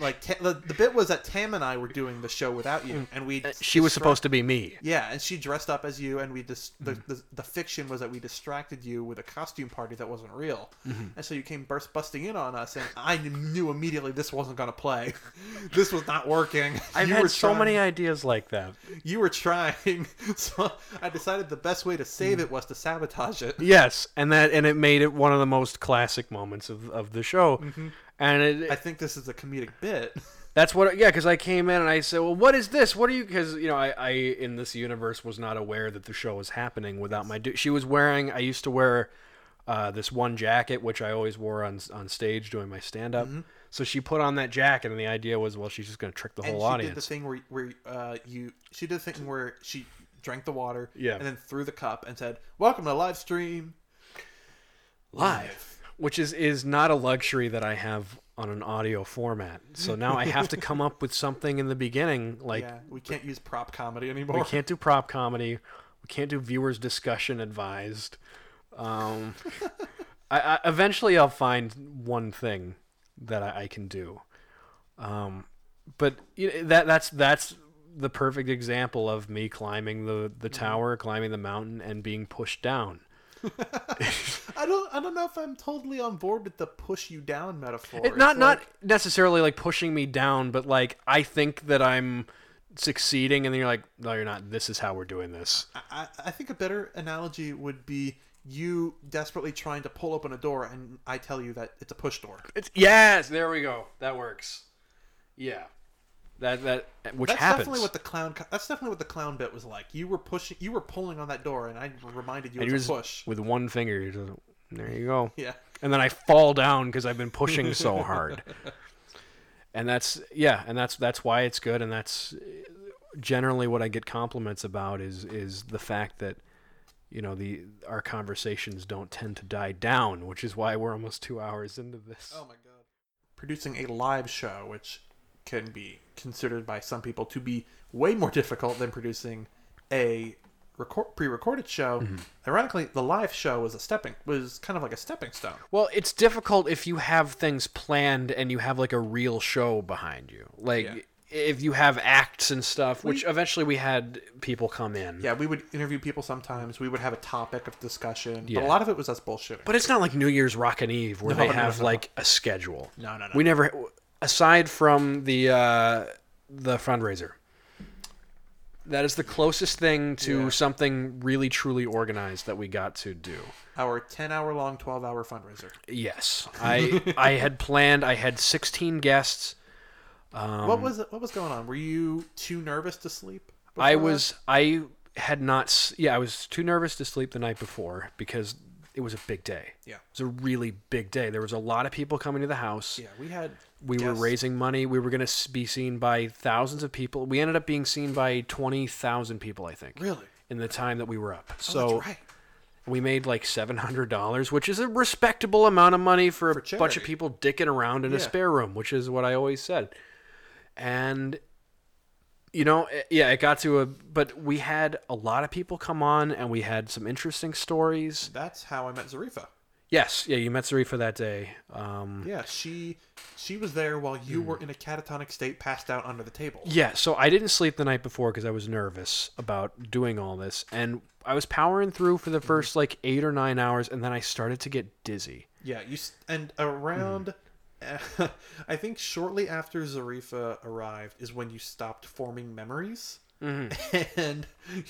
Speaker 4: like Ta- the, the bit was that Tam and I were doing the show without
Speaker 3: Mm.
Speaker 4: you and we
Speaker 3: she was supposed to be me
Speaker 4: yeah, and she dressed up as you, and we dis- the,
Speaker 3: Mm-hmm.
Speaker 4: the the fiction was that we distracted you with a costume party that wasn't real,
Speaker 3: Mm-hmm.
Speaker 4: and so you came burst busting in on us, and I knew immediately this wasn't going to play, this was not working.
Speaker 3: i've
Speaker 4: You
Speaker 3: had
Speaker 4: were
Speaker 3: so
Speaker 4: trying-
Speaker 3: many ideas like that
Speaker 4: you were trying, so I decided the best way to save it was to sabotage it.
Speaker 3: Yes, and that and it made it one of the most classic moments of, of the show. And it,
Speaker 4: I think this is a comedic bit.
Speaker 3: That's what, yeah, because I came in and I said, well, what is this? What are you, because, you know, I, I, in this universe, was not aware that the show was happening without my, du- she was wearing, I used to wear uh, this one jacket, which I always wore on, on stage doing my stand
Speaker 4: Mm-hmm.
Speaker 3: up. So she put on that jacket, and the idea was, well, she's just going to trick the
Speaker 4: and
Speaker 3: whole
Speaker 4: she
Speaker 3: audience.
Speaker 4: did the thing where where uh, you she did the thing where she drank the water
Speaker 3: Yeah.
Speaker 4: and then threw the cup and said welcome to the live stream
Speaker 3: live, which is is not a luxury that I have on an audio format. So now I have to come up with something in the beginning. Like
Speaker 4: yeah we can't use prop comedy
Speaker 3: we
Speaker 4: anymore
Speaker 3: can't do prop comedy, we can't do viewers discussion advised. Um, I, I eventually I'll find one thing that I, I can do. Um, but you know, that that's that's the perfect example of me climbing the the
Speaker 4: Mm-hmm.
Speaker 3: tower, climbing the mountain, and being pushed down.
Speaker 4: I don't I don't know if I'm totally on board with the push you down metaphor
Speaker 3: It,
Speaker 4: It's
Speaker 3: not not
Speaker 4: like-
Speaker 3: necessarily like pushing me down, but like I think that I'm succeeding, and then you're like, no, you're not. This is how we're doing this.
Speaker 4: I, I think a better analogy would be you desperately trying to pull open a door and I tell you that it's a push door
Speaker 3: It's yes, there we go. That works. Yeah, that that which
Speaker 4: that's
Speaker 3: happens.
Speaker 4: definitely what the clown co- that's definitely what the clown bit was like you were pushing you were pulling on that door and I reminded you
Speaker 3: And
Speaker 4: it's
Speaker 3: you
Speaker 4: a
Speaker 3: just-
Speaker 4: push
Speaker 3: with one finger. You're just, there you go.
Speaker 4: yeah
Speaker 3: and then I fall down because I've been pushing so hard. and that's yeah, and that's that's why it's good, and that's generally what I get compliments about is is the fact that you know the our conversations don't tend to die down, which is why we're almost two hours into this.
Speaker 4: Oh my god. Producing a live show, which can be considered by some people to be way more difficult than producing a record, pre-recorded show.
Speaker 3: Mm-hmm.
Speaker 4: Ironically, the live show was a stepping was kind of like a stepping stone.
Speaker 3: Well, it's difficult if you have things planned and you have like a real show behind you, like.
Speaker 4: Yeah.
Speaker 3: If you have acts and stuff, which eventually we had people come in,
Speaker 4: Yeah, we would interview people sometimes. We would have a topic of discussion, but
Speaker 3: Yeah.
Speaker 4: a lot of it was us bullshitting.
Speaker 3: But it's not like New Year's Rockin' Eve where
Speaker 4: No,
Speaker 3: they
Speaker 4: no,
Speaker 3: have
Speaker 4: no.
Speaker 3: like a schedule.
Speaker 4: No, no, no.
Speaker 3: We never, aside from the uh, the fundraiser, that is the closest thing to
Speaker 4: Yeah.
Speaker 3: something really truly organized that we got to do.
Speaker 4: Our ten-hour-long, twelve-hour fundraiser.
Speaker 3: Yes, I I had planned. I had sixteen guests.
Speaker 4: what was what was going on? Were you too nervous to sleep?
Speaker 3: I
Speaker 4: before that?
Speaker 3: was I had not. s- Yeah, I was too nervous to sleep the night before because it was a big day.
Speaker 4: Yeah.
Speaker 3: it was a really big day. There was a lot of people coming to the house.
Speaker 4: Yeah, we had
Speaker 3: We were
Speaker 4: guests.
Speaker 3: raising money. We were going to be seen by thousands of people. We ended up being seen by 20,000 people, I think.
Speaker 4: Really?
Speaker 3: In the time that we were up.
Speaker 4: That's
Speaker 3: so
Speaker 4: right.
Speaker 3: we made like $700, which is a respectable amount of money for, a bunch
Speaker 4: charity.
Speaker 3: of people dicking around in a
Speaker 4: Yeah.
Speaker 3: spare room, which is what I always said. And you know, it- yeah, it got to a but we had a lot of people come on and we had some interesting stories.
Speaker 4: That's how I met Zarifa.
Speaker 3: Yes, yeah, you met Zarifa that day. Um
Speaker 4: Yeah, she she was there while you were in a catatonic state, passed out under the table.
Speaker 3: Yeah, so I didn't sleep the night before because I was nervous about doing all this, and I was powering through for the first like eight or nine hours, and then I started to get dizzy.
Speaker 4: Yeah, you s- and around, I think shortly after Zarifa arrived is when you stopped forming memories, and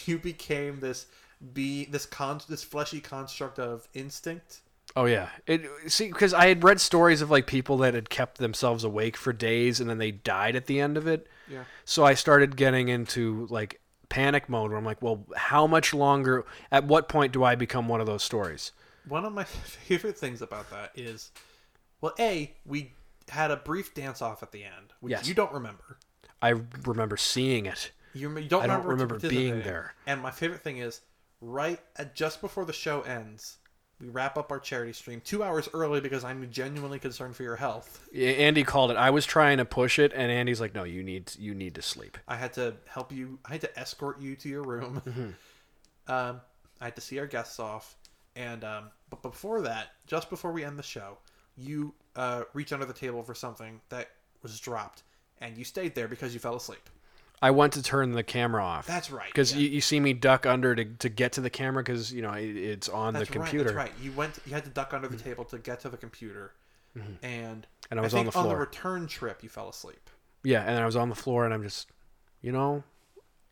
Speaker 4: you became this be this con this fleshy construct of instinct.
Speaker 3: Oh yeah, it see because I had read stories of like people that had kept themselves awake for days and then they died at the end of it.
Speaker 4: Yeah.
Speaker 3: So I started getting into like panic mode where I'm like, well, how much longer? At what point do I become one of those stories?
Speaker 4: One of my favorite things about that is, well, a we had a brief dance off at the end, which
Speaker 3: Yes.
Speaker 4: you don't remember.
Speaker 3: I remember seeing it.
Speaker 4: You, rem- you don't
Speaker 3: I don't
Speaker 4: remember,
Speaker 3: remember being
Speaker 4: participating.
Speaker 3: there.
Speaker 4: And my favorite thing is, right at, just before the show ends, we wrap up our charity stream two hours early because I'm genuinely concerned for your health.
Speaker 3: A- Andy called it. I was trying to push it, and Andy's like, "No, you need you need to sleep."
Speaker 4: I had to help you. I had to escort you to your room.
Speaker 3: Mm-hmm.
Speaker 4: Um, I had to see our guests off, and um, but before that, just before we end the show, you uh, reach under the table for something that was dropped, and you stayed there because you fell asleep.
Speaker 3: I want to turn the camera off.
Speaker 4: That's right,
Speaker 3: Because
Speaker 4: yeah.
Speaker 3: you, you see me duck under to, to get to the camera because you know it, it's on
Speaker 4: That's
Speaker 3: the computer. Mm-hmm.
Speaker 4: Right, that's right. You went. You had to duck under the table to get to the computer, and
Speaker 3: And I was on
Speaker 4: think
Speaker 3: the
Speaker 4: on the
Speaker 3: floor.
Speaker 4: return trip. You fell asleep.
Speaker 3: Yeah, and I was on the floor and I'm just, you know,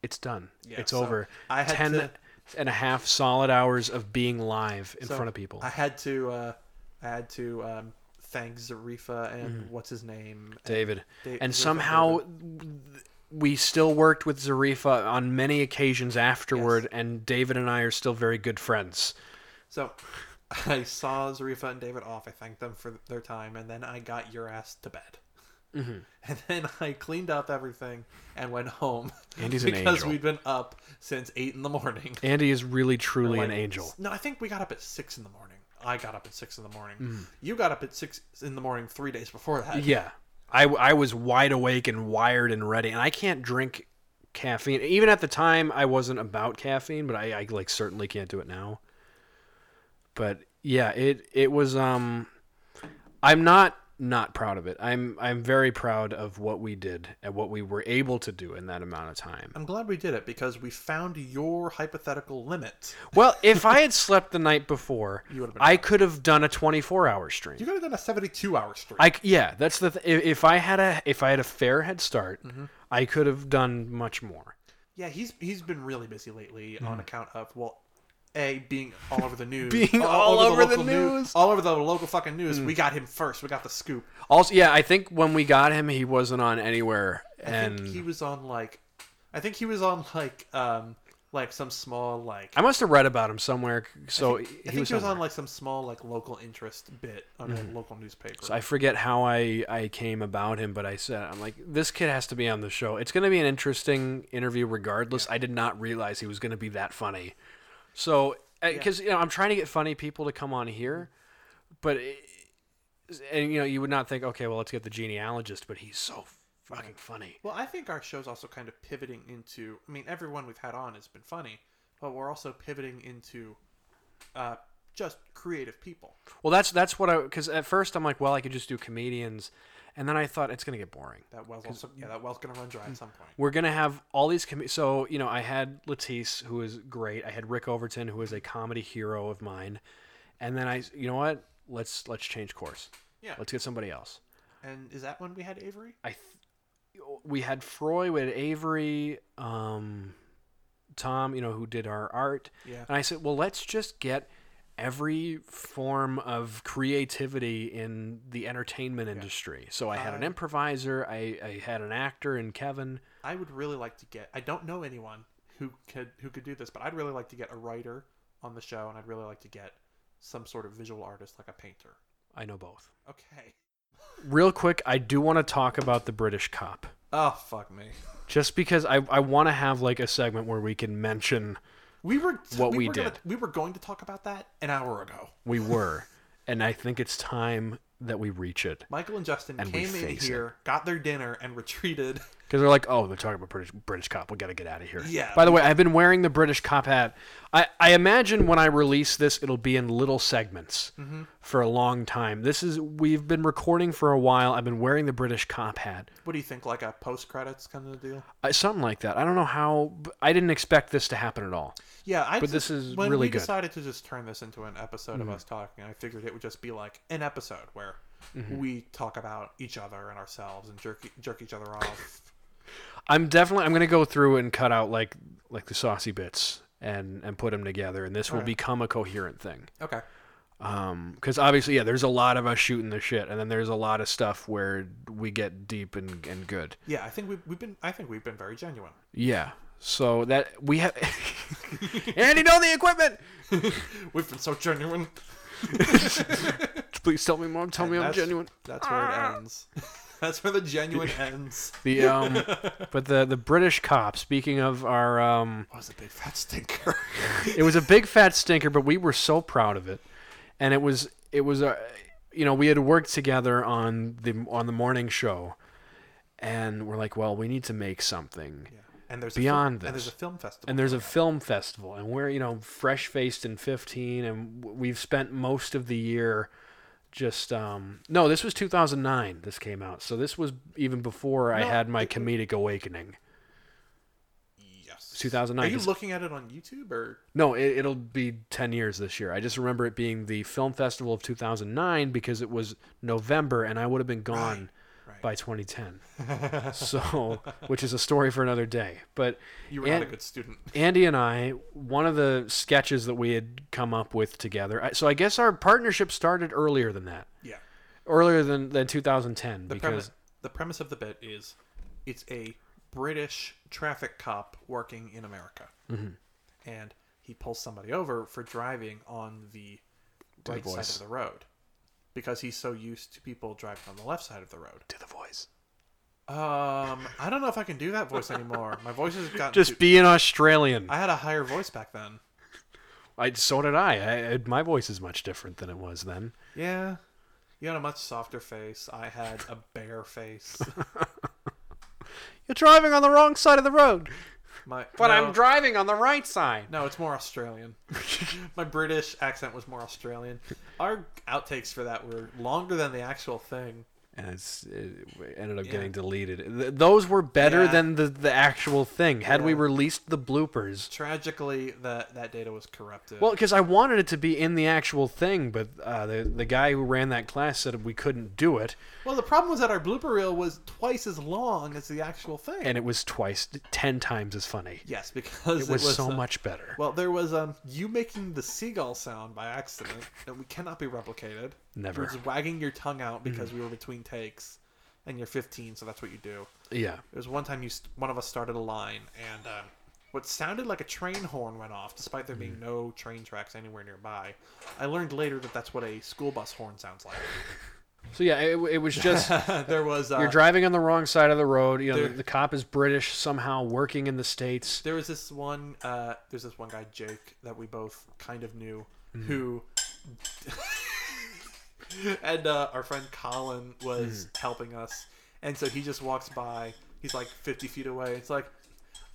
Speaker 3: it's done.
Speaker 4: Yeah,
Speaker 3: it's
Speaker 4: so
Speaker 3: over.
Speaker 4: I had
Speaker 3: Ten
Speaker 4: to-
Speaker 3: and a half solid hours of being live in
Speaker 4: So
Speaker 3: front of people.
Speaker 4: I had to. Uh, I had to um, thanks Zarifa and
Speaker 3: Mm-hmm.
Speaker 4: what's his name?
Speaker 3: David.
Speaker 4: Da-
Speaker 3: and
Speaker 4: Zarifa
Speaker 3: somehow we still worked with Zarifa on many occasions afterward, and David and I are still very good friends.
Speaker 4: So I saw Zarifa and David off. I thanked them for their time, and then I got your ass to bed.
Speaker 3: Mm-hmm.
Speaker 4: And then I cleaned up everything and went home.
Speaker 3: Andy's an
Speaker 4: because
Speaker 3: angel.
Speaker 4: we'd been up since eight in the morning.
Speaker 3: Andy is really, truly an
Speaker 4: Like,
Speaker 3: angel.
Speaker 4: No, I think we got up at six in the morning. I got up at six in the morning.
Speaker 3: Mm-hmm.
Speaker 4: You got up at six in the morning three days before that.
Speaker 3: Yeah. I, I was wide awake and wired and ready, and I can't drink caffeine. Even at the time, I wasn't about caffeine, but I, I like certainly can't do it now. But yeah, it it was. Um, I'm not not proud of it. I'm I'm very proud of what we did and what we were able to do in that amount of time.
Speaker 4: I'm glad we did it because we found your hypothetical limit.
Speaker 3: Well, if I had slept the night before,
Speaker 4: would've been
Speaker 3: I could have done a 24 hour stream.
Speaker 4: You could have done a 72 hour stream.
Speaker 3: I c- yeah, that's the th- if, if I had a if I had a fair head start,
Speaker 4: Mm-hmm.
Speaker 3: I could have done much more.
Speaker 4: yeah, he's he's been really busy lately
Speaker 3: Mm-hmm.
Speaker 4: on account of well, a being all over the news,
Speaker 3: Being all over the
Speaker 4: local new-
Speaker 3: news. Mm.
Speaker 4: all over the local fucking news. We got him first. We got the scoop.
Speaker 3: Also, yeah, I think when we got him, he wasn't on anywhere,
Speaker 4: I
Speaker 3: and
Speaker 4: think he was on like, I think he was on like um like some small like
Speaker 3: I must have read about him somewhere. c- So
Speaker 4: I
Speaker 3: he
Speaker 4: think
Speaker 3: was,
Speaker 4: he was on
Speaker 3: somewhere. Mm-hmm.
Speaker 4: like some small like local interest bit on a local newspaper.
Speaker 3: So I forget how I I came about him, but I said I'm like this kid has to be on the show. It's going to be an interesting interview, regardless. I did not realize he was going to be that funny. So because you know I'm trying to get funny people to come on here,
Speaker 4: Mm-hmm.
Speaker 3: but it, and you know you would not think okay, well let's get the genealogist, but he's so fucking funny.
Speaker 4: well, I think our show's also kind of pivoting into. I mean, everyone we've had on has been funny, but we're also pivoting into uh, just creative people.
Speaker 3: Well, that's that's what I because at first I'm like, well I could just do comedians, and then I thought it's going to get boring.
Speaker 4: That well's also, yeah, that well's gonna run dry
Speaker 3: Hmm.
Speaker 4: at some point.
Speaker 3: we're gonna have all these com- so you know i had latisse who is great i had rick overton who is a comedy hero of mine and then i you know what let's let's change course
Speaker 4: Yeah.
Speaker 3: let's get somebody else
Speaker 4: And is that when we had Avery?
Speaker 3: i th- we had froy we had avery um tom you know who did our art
Speaker 4: Yeah.
Speaker 3: and i said well let's just get every form of creativity in the entertainment industry so i had an
Speaker 4: I-
Speaker 3: improviser i i had an actor in kevin
Speaker 4: I would really like to get. I don't know anyone who could who could do this, but I'd really like to get a writer on the show, and I'd really like to get some sort of visual artist, like a painter.
Speaker 3: i know both
Speaker 4: Okay.
Speaker 3: real quick, I do want to talk about the British cop.
Speaker 4: Oh fuck me.
Speaker 3: Just because I, I want to have like a segment where we can mention
Speaker 4: We were
Speaker 3: What
Speaker 4: we,
Speaker 3: we
Speaker 4: were gonna-
Speaker 3: did.
Speaker 4: we were going to talk about that an hour ago.
Speaker 3: we were, and I think it's time that we reach it
Speaker 4: Michael and Justin
Speaker 3: And we
Speaker 4: came in
Speaker 3: face
Speaker 4: here, got their dinner, and retreated.
Speaker 3: because they're like, oh, they're talking about British British cop. We got to get out of here.
Speaker 4: Yeah.
Speaker 3: By the way, I've been wearing the British cop hat. I I imagine when I release this, it'll be in little segments for a long time. This is we've been recording for a while. I've been wearing the British cop hat.
Speaker 4: What do you think? Like a post credits kind of deal?
Speaker 3: Uh, something like that. I don't know how. I didn't expect this to happen at all.
Speaker 4: Yeah, I
Speaker 3: But
Speaker 4: just-
Speaker 3: this is
Speaker 4: when
Speaker 3: really
Speaker 4: we
Speaker 3: good. Mm-hmm.
Speaker 4: decided to just turn this into an episode of us talking. I figured it would just be like an episode where
Speaker 3: Mm-hmm.
Speaker 4: we talk about each other and ourselves and jerk jerk each other off.
Speaker 3: I'm definitely I'm gonna go through and cut out like like the saucy bits and and put them together, and this will become a coherent thing.
Speaker 4: okay,
Speaker 3: Um, because obviously, yeah, there's a lot of us shooting the shit, and then there's a lot of stuff where we get deep and and good.
Speaker 4: yeah, I think we've, we've been I think we've been very genuine.
Speaker 3: Yeah. So that we have Andy, know the equipment.
Speaker 4: We've been so genuine.
Speaker 3: Please tell me more. Tell me I'm
Speaker 4: That's-
Speaker 3: genuine.
Speaker 4: That's where it ends. That's where the genuine ends.
Speaker 3: The um, but the the British cop. Speaking of our um,
Speaker 4: That was a big fat stinker.
Speaker 3: it was a big fat stinker, but we were so proud of it, and it was it was a, you know, we had worked together on the on the morning show, and we're like, well, we need to make something,
Speaker 4: and there's
Speaker 3: Beyond
Speaker 4: a film, and there's a
Speaker 3: this.
Speaker 4: film festival.
Speaker 3: and there's a film festival, and we're you know fresh faced and fifteen, and w- we've spent most of the year just um no this was 2009 this came out so this was even before i
Speaker 4: No,
Speaker 3: had my
Speaker 4: it-
Speaker 3: comedic awakening
Speaker 4: yes.
Speaker 3: 2009
Speaker 4: Are you
Speaker 3: It's-
Speaker 4: looking at it on YouTube or?
Speaker 3: No, it, it'll be 10 years this year. I just remember it being the film festival of 2009 because it was November and I would have been gone
Speaker 4: right.
Speaker 3: by 2010. so, which is a story for another day. But
Speaker 4: You were not
Speaker 3: And-
Speaker 4: a good student.
Speaker 3: Andy and I, one of the sketches that we had come up with together, I- so I guess our partnership started earlier than that.
Speaker 4: Yeah.
Speaker 3: earlier than, than 2010
Speaker 4: The
Speaker 3: because
Speaker 4: premise, the premise of the bit is it's a British traffic cop working in America. And he pulls somebody over for driving on the right
Speaker 3: voice.
Speaker 4: side of the road because he's so used to people driving on the left side of the road.
Speaker 3: do the voice.
Speaker 4: Um, I don't know if I can do that voice anymore. My voice has gotten
Speaker 3: Just
Speaker 4: too-
Speaker 3: be an Australian. I,
Speaker 4: I had a higher voice back then.
Speaker 3: so did I. I. I. My voice is much different than it was then.
Speaker 4: Yeah. You had a much softer face. I had a bare face.
Speaker 3: You're driving on the wrong side of the road,
Speaker 4: My,
Speaker 3: but
Speaker 4: no,
Speaker 3: I'm driving on the right side.
Speaker 4: No, it's more Australian. My British accent was more Australian. Our outtakes for that were longer than the actual thing.
Speaker 3: and it's, it ended up getting deleted. Th- those were better
Speaker 4: Yeah.
Speaker 3: than the, the actual thing. Had we released the bloopers,
Speaker 4: Tragically, that that data was corrupted.
Speaker 3: well, because I wanted it to be in the actual thing, but uh, the the guy who ran that class said we couldn't do it,
Speaker 4: well, the problem was that our blooper reel was twice as long as the actual thing.
Speaker 3: and it was twice, ten times as funny.
Speaker 4: yes, because
Speaker 3: It was, so
Speaker 4: uh,
Speaker 3: much better.
Speaker 4: Well, there was um you making the seagull sound by accident that we cannot be replicated. Mm-hmm.
Speaker 3: Never.
Speaker 4: It was wagging your tongue out because we were between takes, and you're 15, so that's what you do.
Speaker 3: yeah,
Speaker 4: There was one time you st- one of us started a line, and um, what sounded like a train horn went off, despite there
Speaker 3: Mm.
Speaker 4: being no train tracks anywhere nearby. I learned later that that's what a school bus horn sounds like.
Speaker 3: so yeah, it, it was just.
Speaker 4: there was uh,
Speaker 3: You're driving on the wrong side of the road. You know, the,
Speaker 4: There-
Speaker 3: the cop is British somehow, working in the states.
Speaker 4: there was this one uh, there's this one guy Jake that we both kind of knew
Speaker 3: Mm-hmm.
Speaker 4: who and uh, our friend Colin was
Speaker 3: Mm-hmm.
Speaker 4: helping us and so he just walks by he's like 50 feet away it's like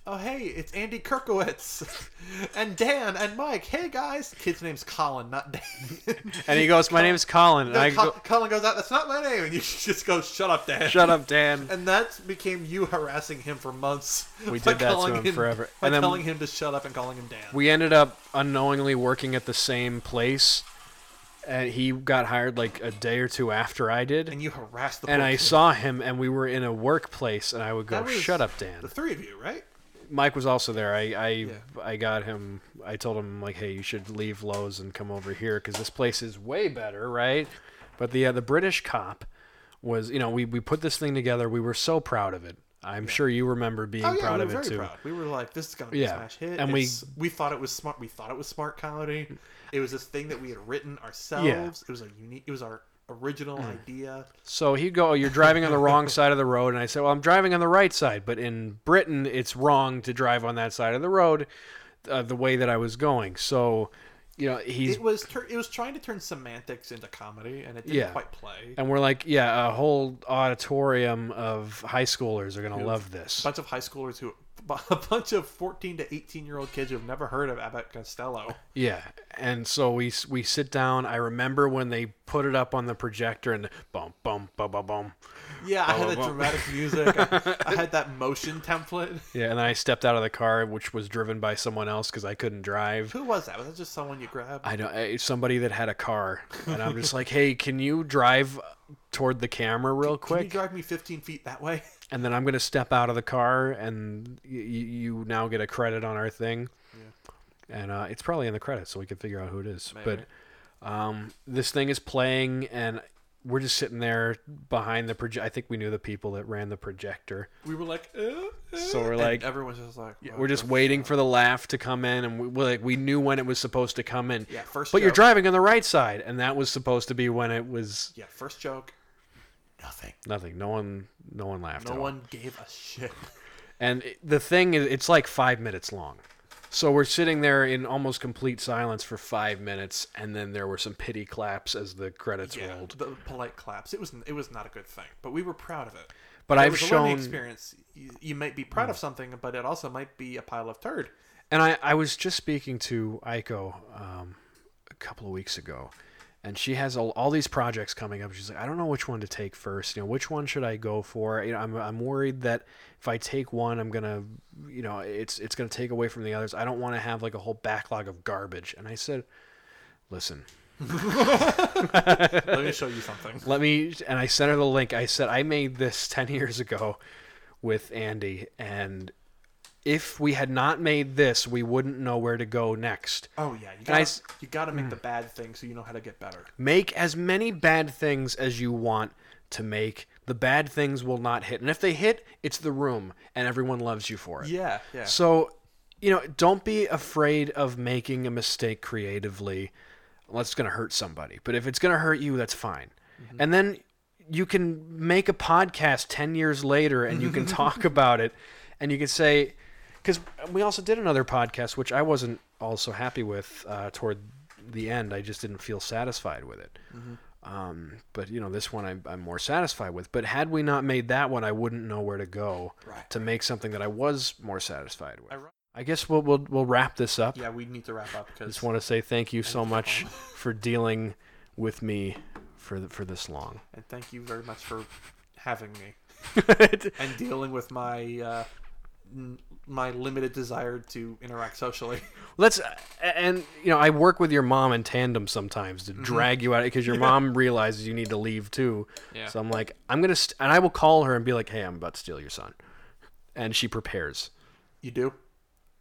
Speaker 4: oh hey it's Andy Kirkowitz and Dan and Mike hey guys kid's name's Colin not Dan
Speaker 3: And he goes, "My name is Colin." And
Speaker 4: No,
Speaker 3: I
Speaker 4: Col-
Speaker 3: go,
Speaker 4: Colin goes out that's not my name and you just go shut up Dan
Speaker 3: "Shut up, Dan."
Speaker 4: and that became you harassing him for months.
Speaker 3: We
Speaker 4: by
Speaker 3: did that to
Speaker 4: calling
Speaker 3: him forever.
Speaker 4: By
Speaker 3: And then-
Speaker 4: telling him to shut up and calling him Dan.
Speaker 3: we ended up unknowingly working at the same place and he got hired like a day or two after i did and,
Speaker 4: and you harassed the. poor
Speaker 3: i
Speaker 4: kid.
Speaker 3: saw him and we were in a workplace and i would go
Speaker 4: That was
Speaker 3: shut up dan
Speaker 4: the three of you, right?
Speaker 3: mike was also there i I, I got him i told him like hey you should leave lowe's and come over here because this place is way better right but the uh, the british cop was you know we, we put this thing together we were so proud of it i'm sure you remember being
Speaker 4: Oh yeah,
Speaker 3: proud
Speaker 4: we
Speaker 3: of
Speaker 4: were
Speaker 3: it
Speaker 4: very
Speaker 3: too
Speaker 4: proud. We were like, "This is gonna be
Speaker 3: Yeah.
Speaker 4: a smash hit."
Speaker 3: And
Speaker 4: And
Speaker 3: we-
Speaker 4: we we thought it was smart. We thought it was smart comedy. It was this thing that we had written ourselves. It was a unique. It was our original
Speaker 3: Mm.
Speaker 4: idea.
Speaker 3: So he'd go, oh, You're driving on the wrong side of the road. And I said, Well, I'm driving on the right side. But in Britain, it's wrong to drive on that side of the road uh, the way that I was going. So, you know, he's.
Speaker 4: It was tur- it was trying to turn semantics into comedy, and it didn't
Speaker 3: Yeah.
Speaker 4: quite play. A
Speaker 3: and we're like, Yeah, a whole auditorium of high schoolers are going to love this.
Speaker 4: bunch of high schoolers who, a bunch of fourteen to eighteen year old kids who've never heard of Abbott Costello.
Speaker 3: Yeah, and so we s- we sit down. I remember when they put it up on the projector and bum bum bum bum bum.
Speaker 4: Yeah, I had that dramatic music. I, I had that motion template.
Speaker 3: Yeah, and I stepped out of the car, which was driven by someone else because I couldn't drive.
Speaker 4: Who was that? Was that just someone you grabbed?
Speaker 3: I don't. It's somebody that had a car, and I'm just like, hey, can you drive toward the camera real
Speaker 4: Can you
Speaker 3: quick?
Speaker 4: drive me 15 feet that way?
Speaker 3: and then I'm gonna step out of the car, and y- y- you now get a credit on our thing. And uh, it's probably in the credits, so we can figure out who it is. But um, this thing is playing, and we're just sitting there behind the project. I think we knew the people that ran the projector,
Speaker 4: We were like, uh, uh,
Speaker 3: so we're
Speaker 4: and
Speaker 3: like,
Speaker 4: everyone's just like, "Oh,
Speaker 3: we're just waiting for the laugh to come in, and we we're like, we knew when it was supposed to come in.
Speaker 4: Yeah, first
Speaker 3: But you're
Speaker 4: joke.
Speaker 3: driving on the right side, and that was supposed to be when it was
Speaker 4: yeah, first joke, nothing.
Speaker 3: nothing. No one, no one laughed.
Speaker 4: No
Speaker 3: at all.
Speaker 4: one gave a shit.
Speaker 3: And it- the thing is, it's like five minutes long. So we're sitting there in almost complete silence for five minutes, and then there were some pity claps as the credits
Speaker 4: Yeah,
Speaker 3: rolled.
Speaker 4: the polite claps. It was it was not a good thing, but we were proud of it.
Speaker 3: But
Speaker 4: It
Speaker 3: I've
Speaker 4: was a learning
Speaker 3: shown,
Speaker 4: experience. You, you might be proud of something, but it also might be a pile of turd.
Speaker 3: and I, I was just speaking to Aiko um, a couple of weeks ago, and she has all, all these projects coming up. She's like, I don't know which one to take first. You know, which one should I go for? You know, I'm, I'm worried that if I take one, I'm gonna, you know, it's it's gonna take away from the others. I don't want to have like a whole backlog of garbage. And I said, listen.
Speaker 4: Let me show you something.
Speaker 3: let me and i sent her the link i said i made this 10 years ago with andy and if we had not made this, we wouldn't know where to go next.
Speaker 2: Oh yeah, you gotta,
Speaker 3: Guys-
Speaker 2: you gotta make the bad thing so you know how to get better.
Speaker 3: Make as many bad things as you want to make. The bad things will not hit. And if they hit, it's the room and everyone loves you for it.
Speaker 2: Yeah, yeah.
Speaker 3: So, you know, don't be afraid of making a mistake creatively unless it's going to hurt somebody. But if it's going to hurt you, that's fine. And then you can make a podcast 10 years later and you can talk about it and you can say, because we also did another podcast, which I wasn't also happy with uh, toward the end. I just didn't feel satisfied with it. Um, but you know, this one I'm, I'm more satisfied with. But had we not made that one, I wouldn't know where to go to make something that I was more satisfied with. I,
Speaker 2: ri-
Speaker 3: guess we'll, we'll we'll wrap this up.
Speaker 2: yeah, we need to wrap up
Speaker 3: I
Speaker 2: because
Speaker 3: just want to say thank you so much for dealing with me for the, for this long.
Speaker 2: and thank you very much for having me
Speaker 3: It-
Speaker 2: and dealing with my uh, n- my limited desire to interact socially.
Speaker 3: Let's and you know I work with your mom in tandem sometimes to drag you out because your mom realizes you need to leave too.
Speaker 7: Yeah.
Speaker 3: So I'm like I'm gonna st- and I will call her and be like, hey, I'm about to steal your son, and she prepares.
Speaker 2: You do?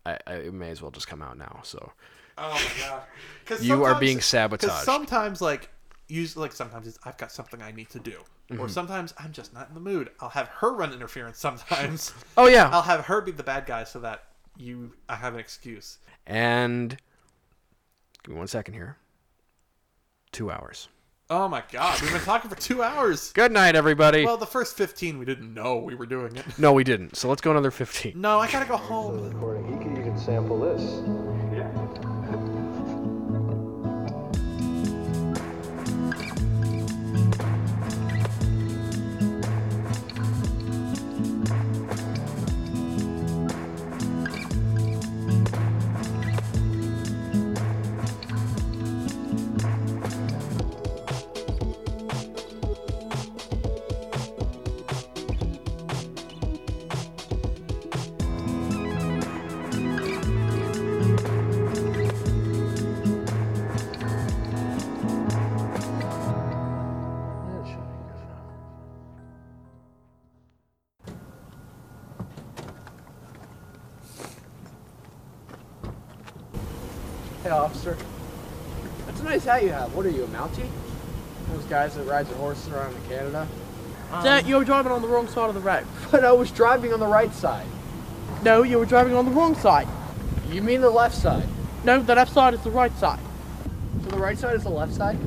Speaker 3: I, I it may as well just come out now. So
Speaker 2: Oh my god! Cause
Speaker 3: you are being
Speaker 2: because
Speaker 3: sabotaged.
Speaker 2: sometimes like usually like sometimes it's, I've got something I need to do,
Speaker 3: Mm-hmm.
Speaker 2: or sometimes I'm just not in the mood. I'll have her run interference sometimes.
Speaker 3: oh yeah.
Speaker 2: I'll have her be the bad guy so that you I have an excuse.
Speaker 3: And give me one second here. Two hours.
Speaker 2: Oh my god, we've been talking for two hours.
Speaker 3: Good night, everybody.
Speaker 2: Well, the first fifteen we didn't know we were doing it.
Speaker 3: no, we didn't. So let's go another 15.
Speaker 2: No, I gotta go home.
Speaker 3: Recording. You can even sample this.
Speaker 8: Hey, officer. That's a nice hat you have. What are you, a Mountie? Those guys that ride their horses around in Canada? Dad, you were driving on the wrong side of the road. But I was driving on the right side. No, you were driving on the wrong side. You mean the left side? No, the left side is the right side. So the right side is the left side?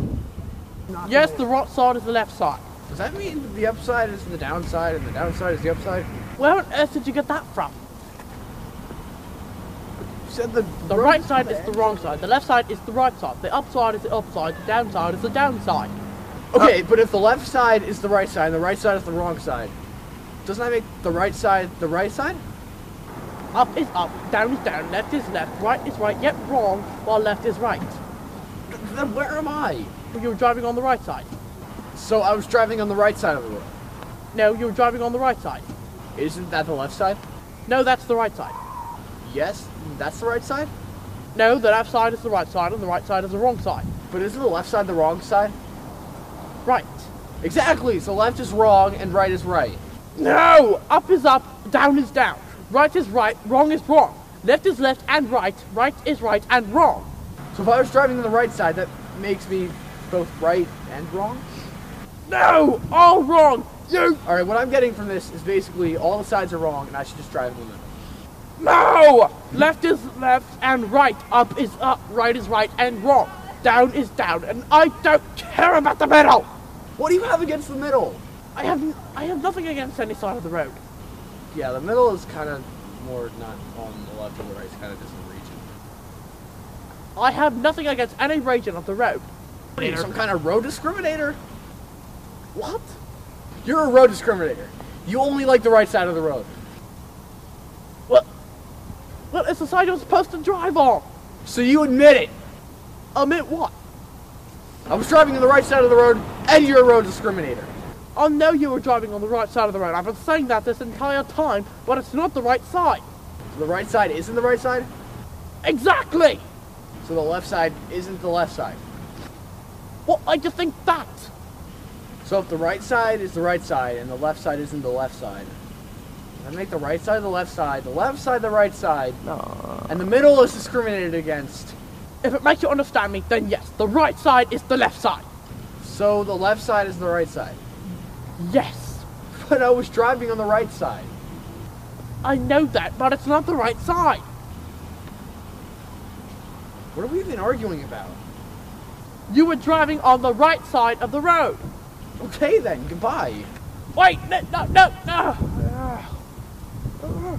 Speaker 8: yes, the right side is the left side. Does that mean the upside is the downside and the downside is the upside? Where on earth did you get that from? said the
Speaker 9: The right side is the wrong side. The left side is the right side. The upside is the upside. The downside is the downside.
Speaker 8: Okay, but if the left side is the right side and the right side is the wrong side, doesn't that make the right side the right side?
Speaker 9: Up is up, down is down, left is left, right is right, yet wrong, while left is right.
Speaker 8: Then where am I?
Speaker 9: But you were driving on the right side.
Speaker 8: So I was driving on the right side of the road.
Speaker 9: No, you were driving on the right side.
Speaker 8: Isn't that the left side?
Speaker 9: No, that's the right side.
Speaker 8: Yes, that's the right side.
Speaker 9: No, the left side is the right side, and the right side is the wrong side.
Speaker 8: But isn't the left side the wrong side?
Speaker 9: Right.
Speaker 8: Exactly. So left is wrong and right is right.
Speaker 9: No! Up is up, down is down. Right is right, wrong is wrong. Left is left and right, right is right and wrong.
Speaker 8: So if I was driving on the right side, that makes me both right and wrong.
Speaker 9: No! All wrong! You
Speaker 8: All right. What I'm getting from this is basically all the sides are wrong, and I should just drive in the middle.
Speaker 9: No! Left is left and right, up is up, right is right and wrong, down is down, and I don't care about the middle!
Speaker 8: What do you have against the middle?
Speaker 9: I have, I have nothing against any side of the road.
Speaker 8: Yeah, the middle is kind of more not on the left or the right. It's kind of just a region.
Speaker 9: I have nothing against any region of the road.
Speaker 8: What are you, some kind of road discriminator? What? You're a road discriminator. You only like the right side of the road.
Speaker 9: Well, well, it's the side you're supposed to drive on.
Speaker 8: So you admit it.
Speaker 9: Admit what?
Speaker 8: I was driving on the right side of the road, and you're a road discriminator.
Speaker 9: I know you were driving on the right side of the road. I've been saying that this entire time, but it's not the right side.
Speaker 8: So the right side isn't the right side,
Speaker 9: Exactly!
Speaker 8: so the left side isn't the left side.
Speaker 9: What made you think that?
Speaker 8: So if the right side is the right side and the left side isn't the left side, I I make the right side the left side, the left side the right side,
Speaker 9: No.
Speaker 8: and the middle is discriminated against.
Speaker 9: If it makes you understand me, then yes, the right side is the left side.
Speaker 8: So the left side is the right side.
Speaker 9: Yes.
Speaker 8: But I was driving on the right side.
Speaker 9: I know that, but it's not the right side.
Speaker 8: What are we even arguing about?
Speaker 9: You were driving on the right side of the road.
Speaker 8: Okay then, goodbye.
Speaker 9: Wait, no, no, no, no.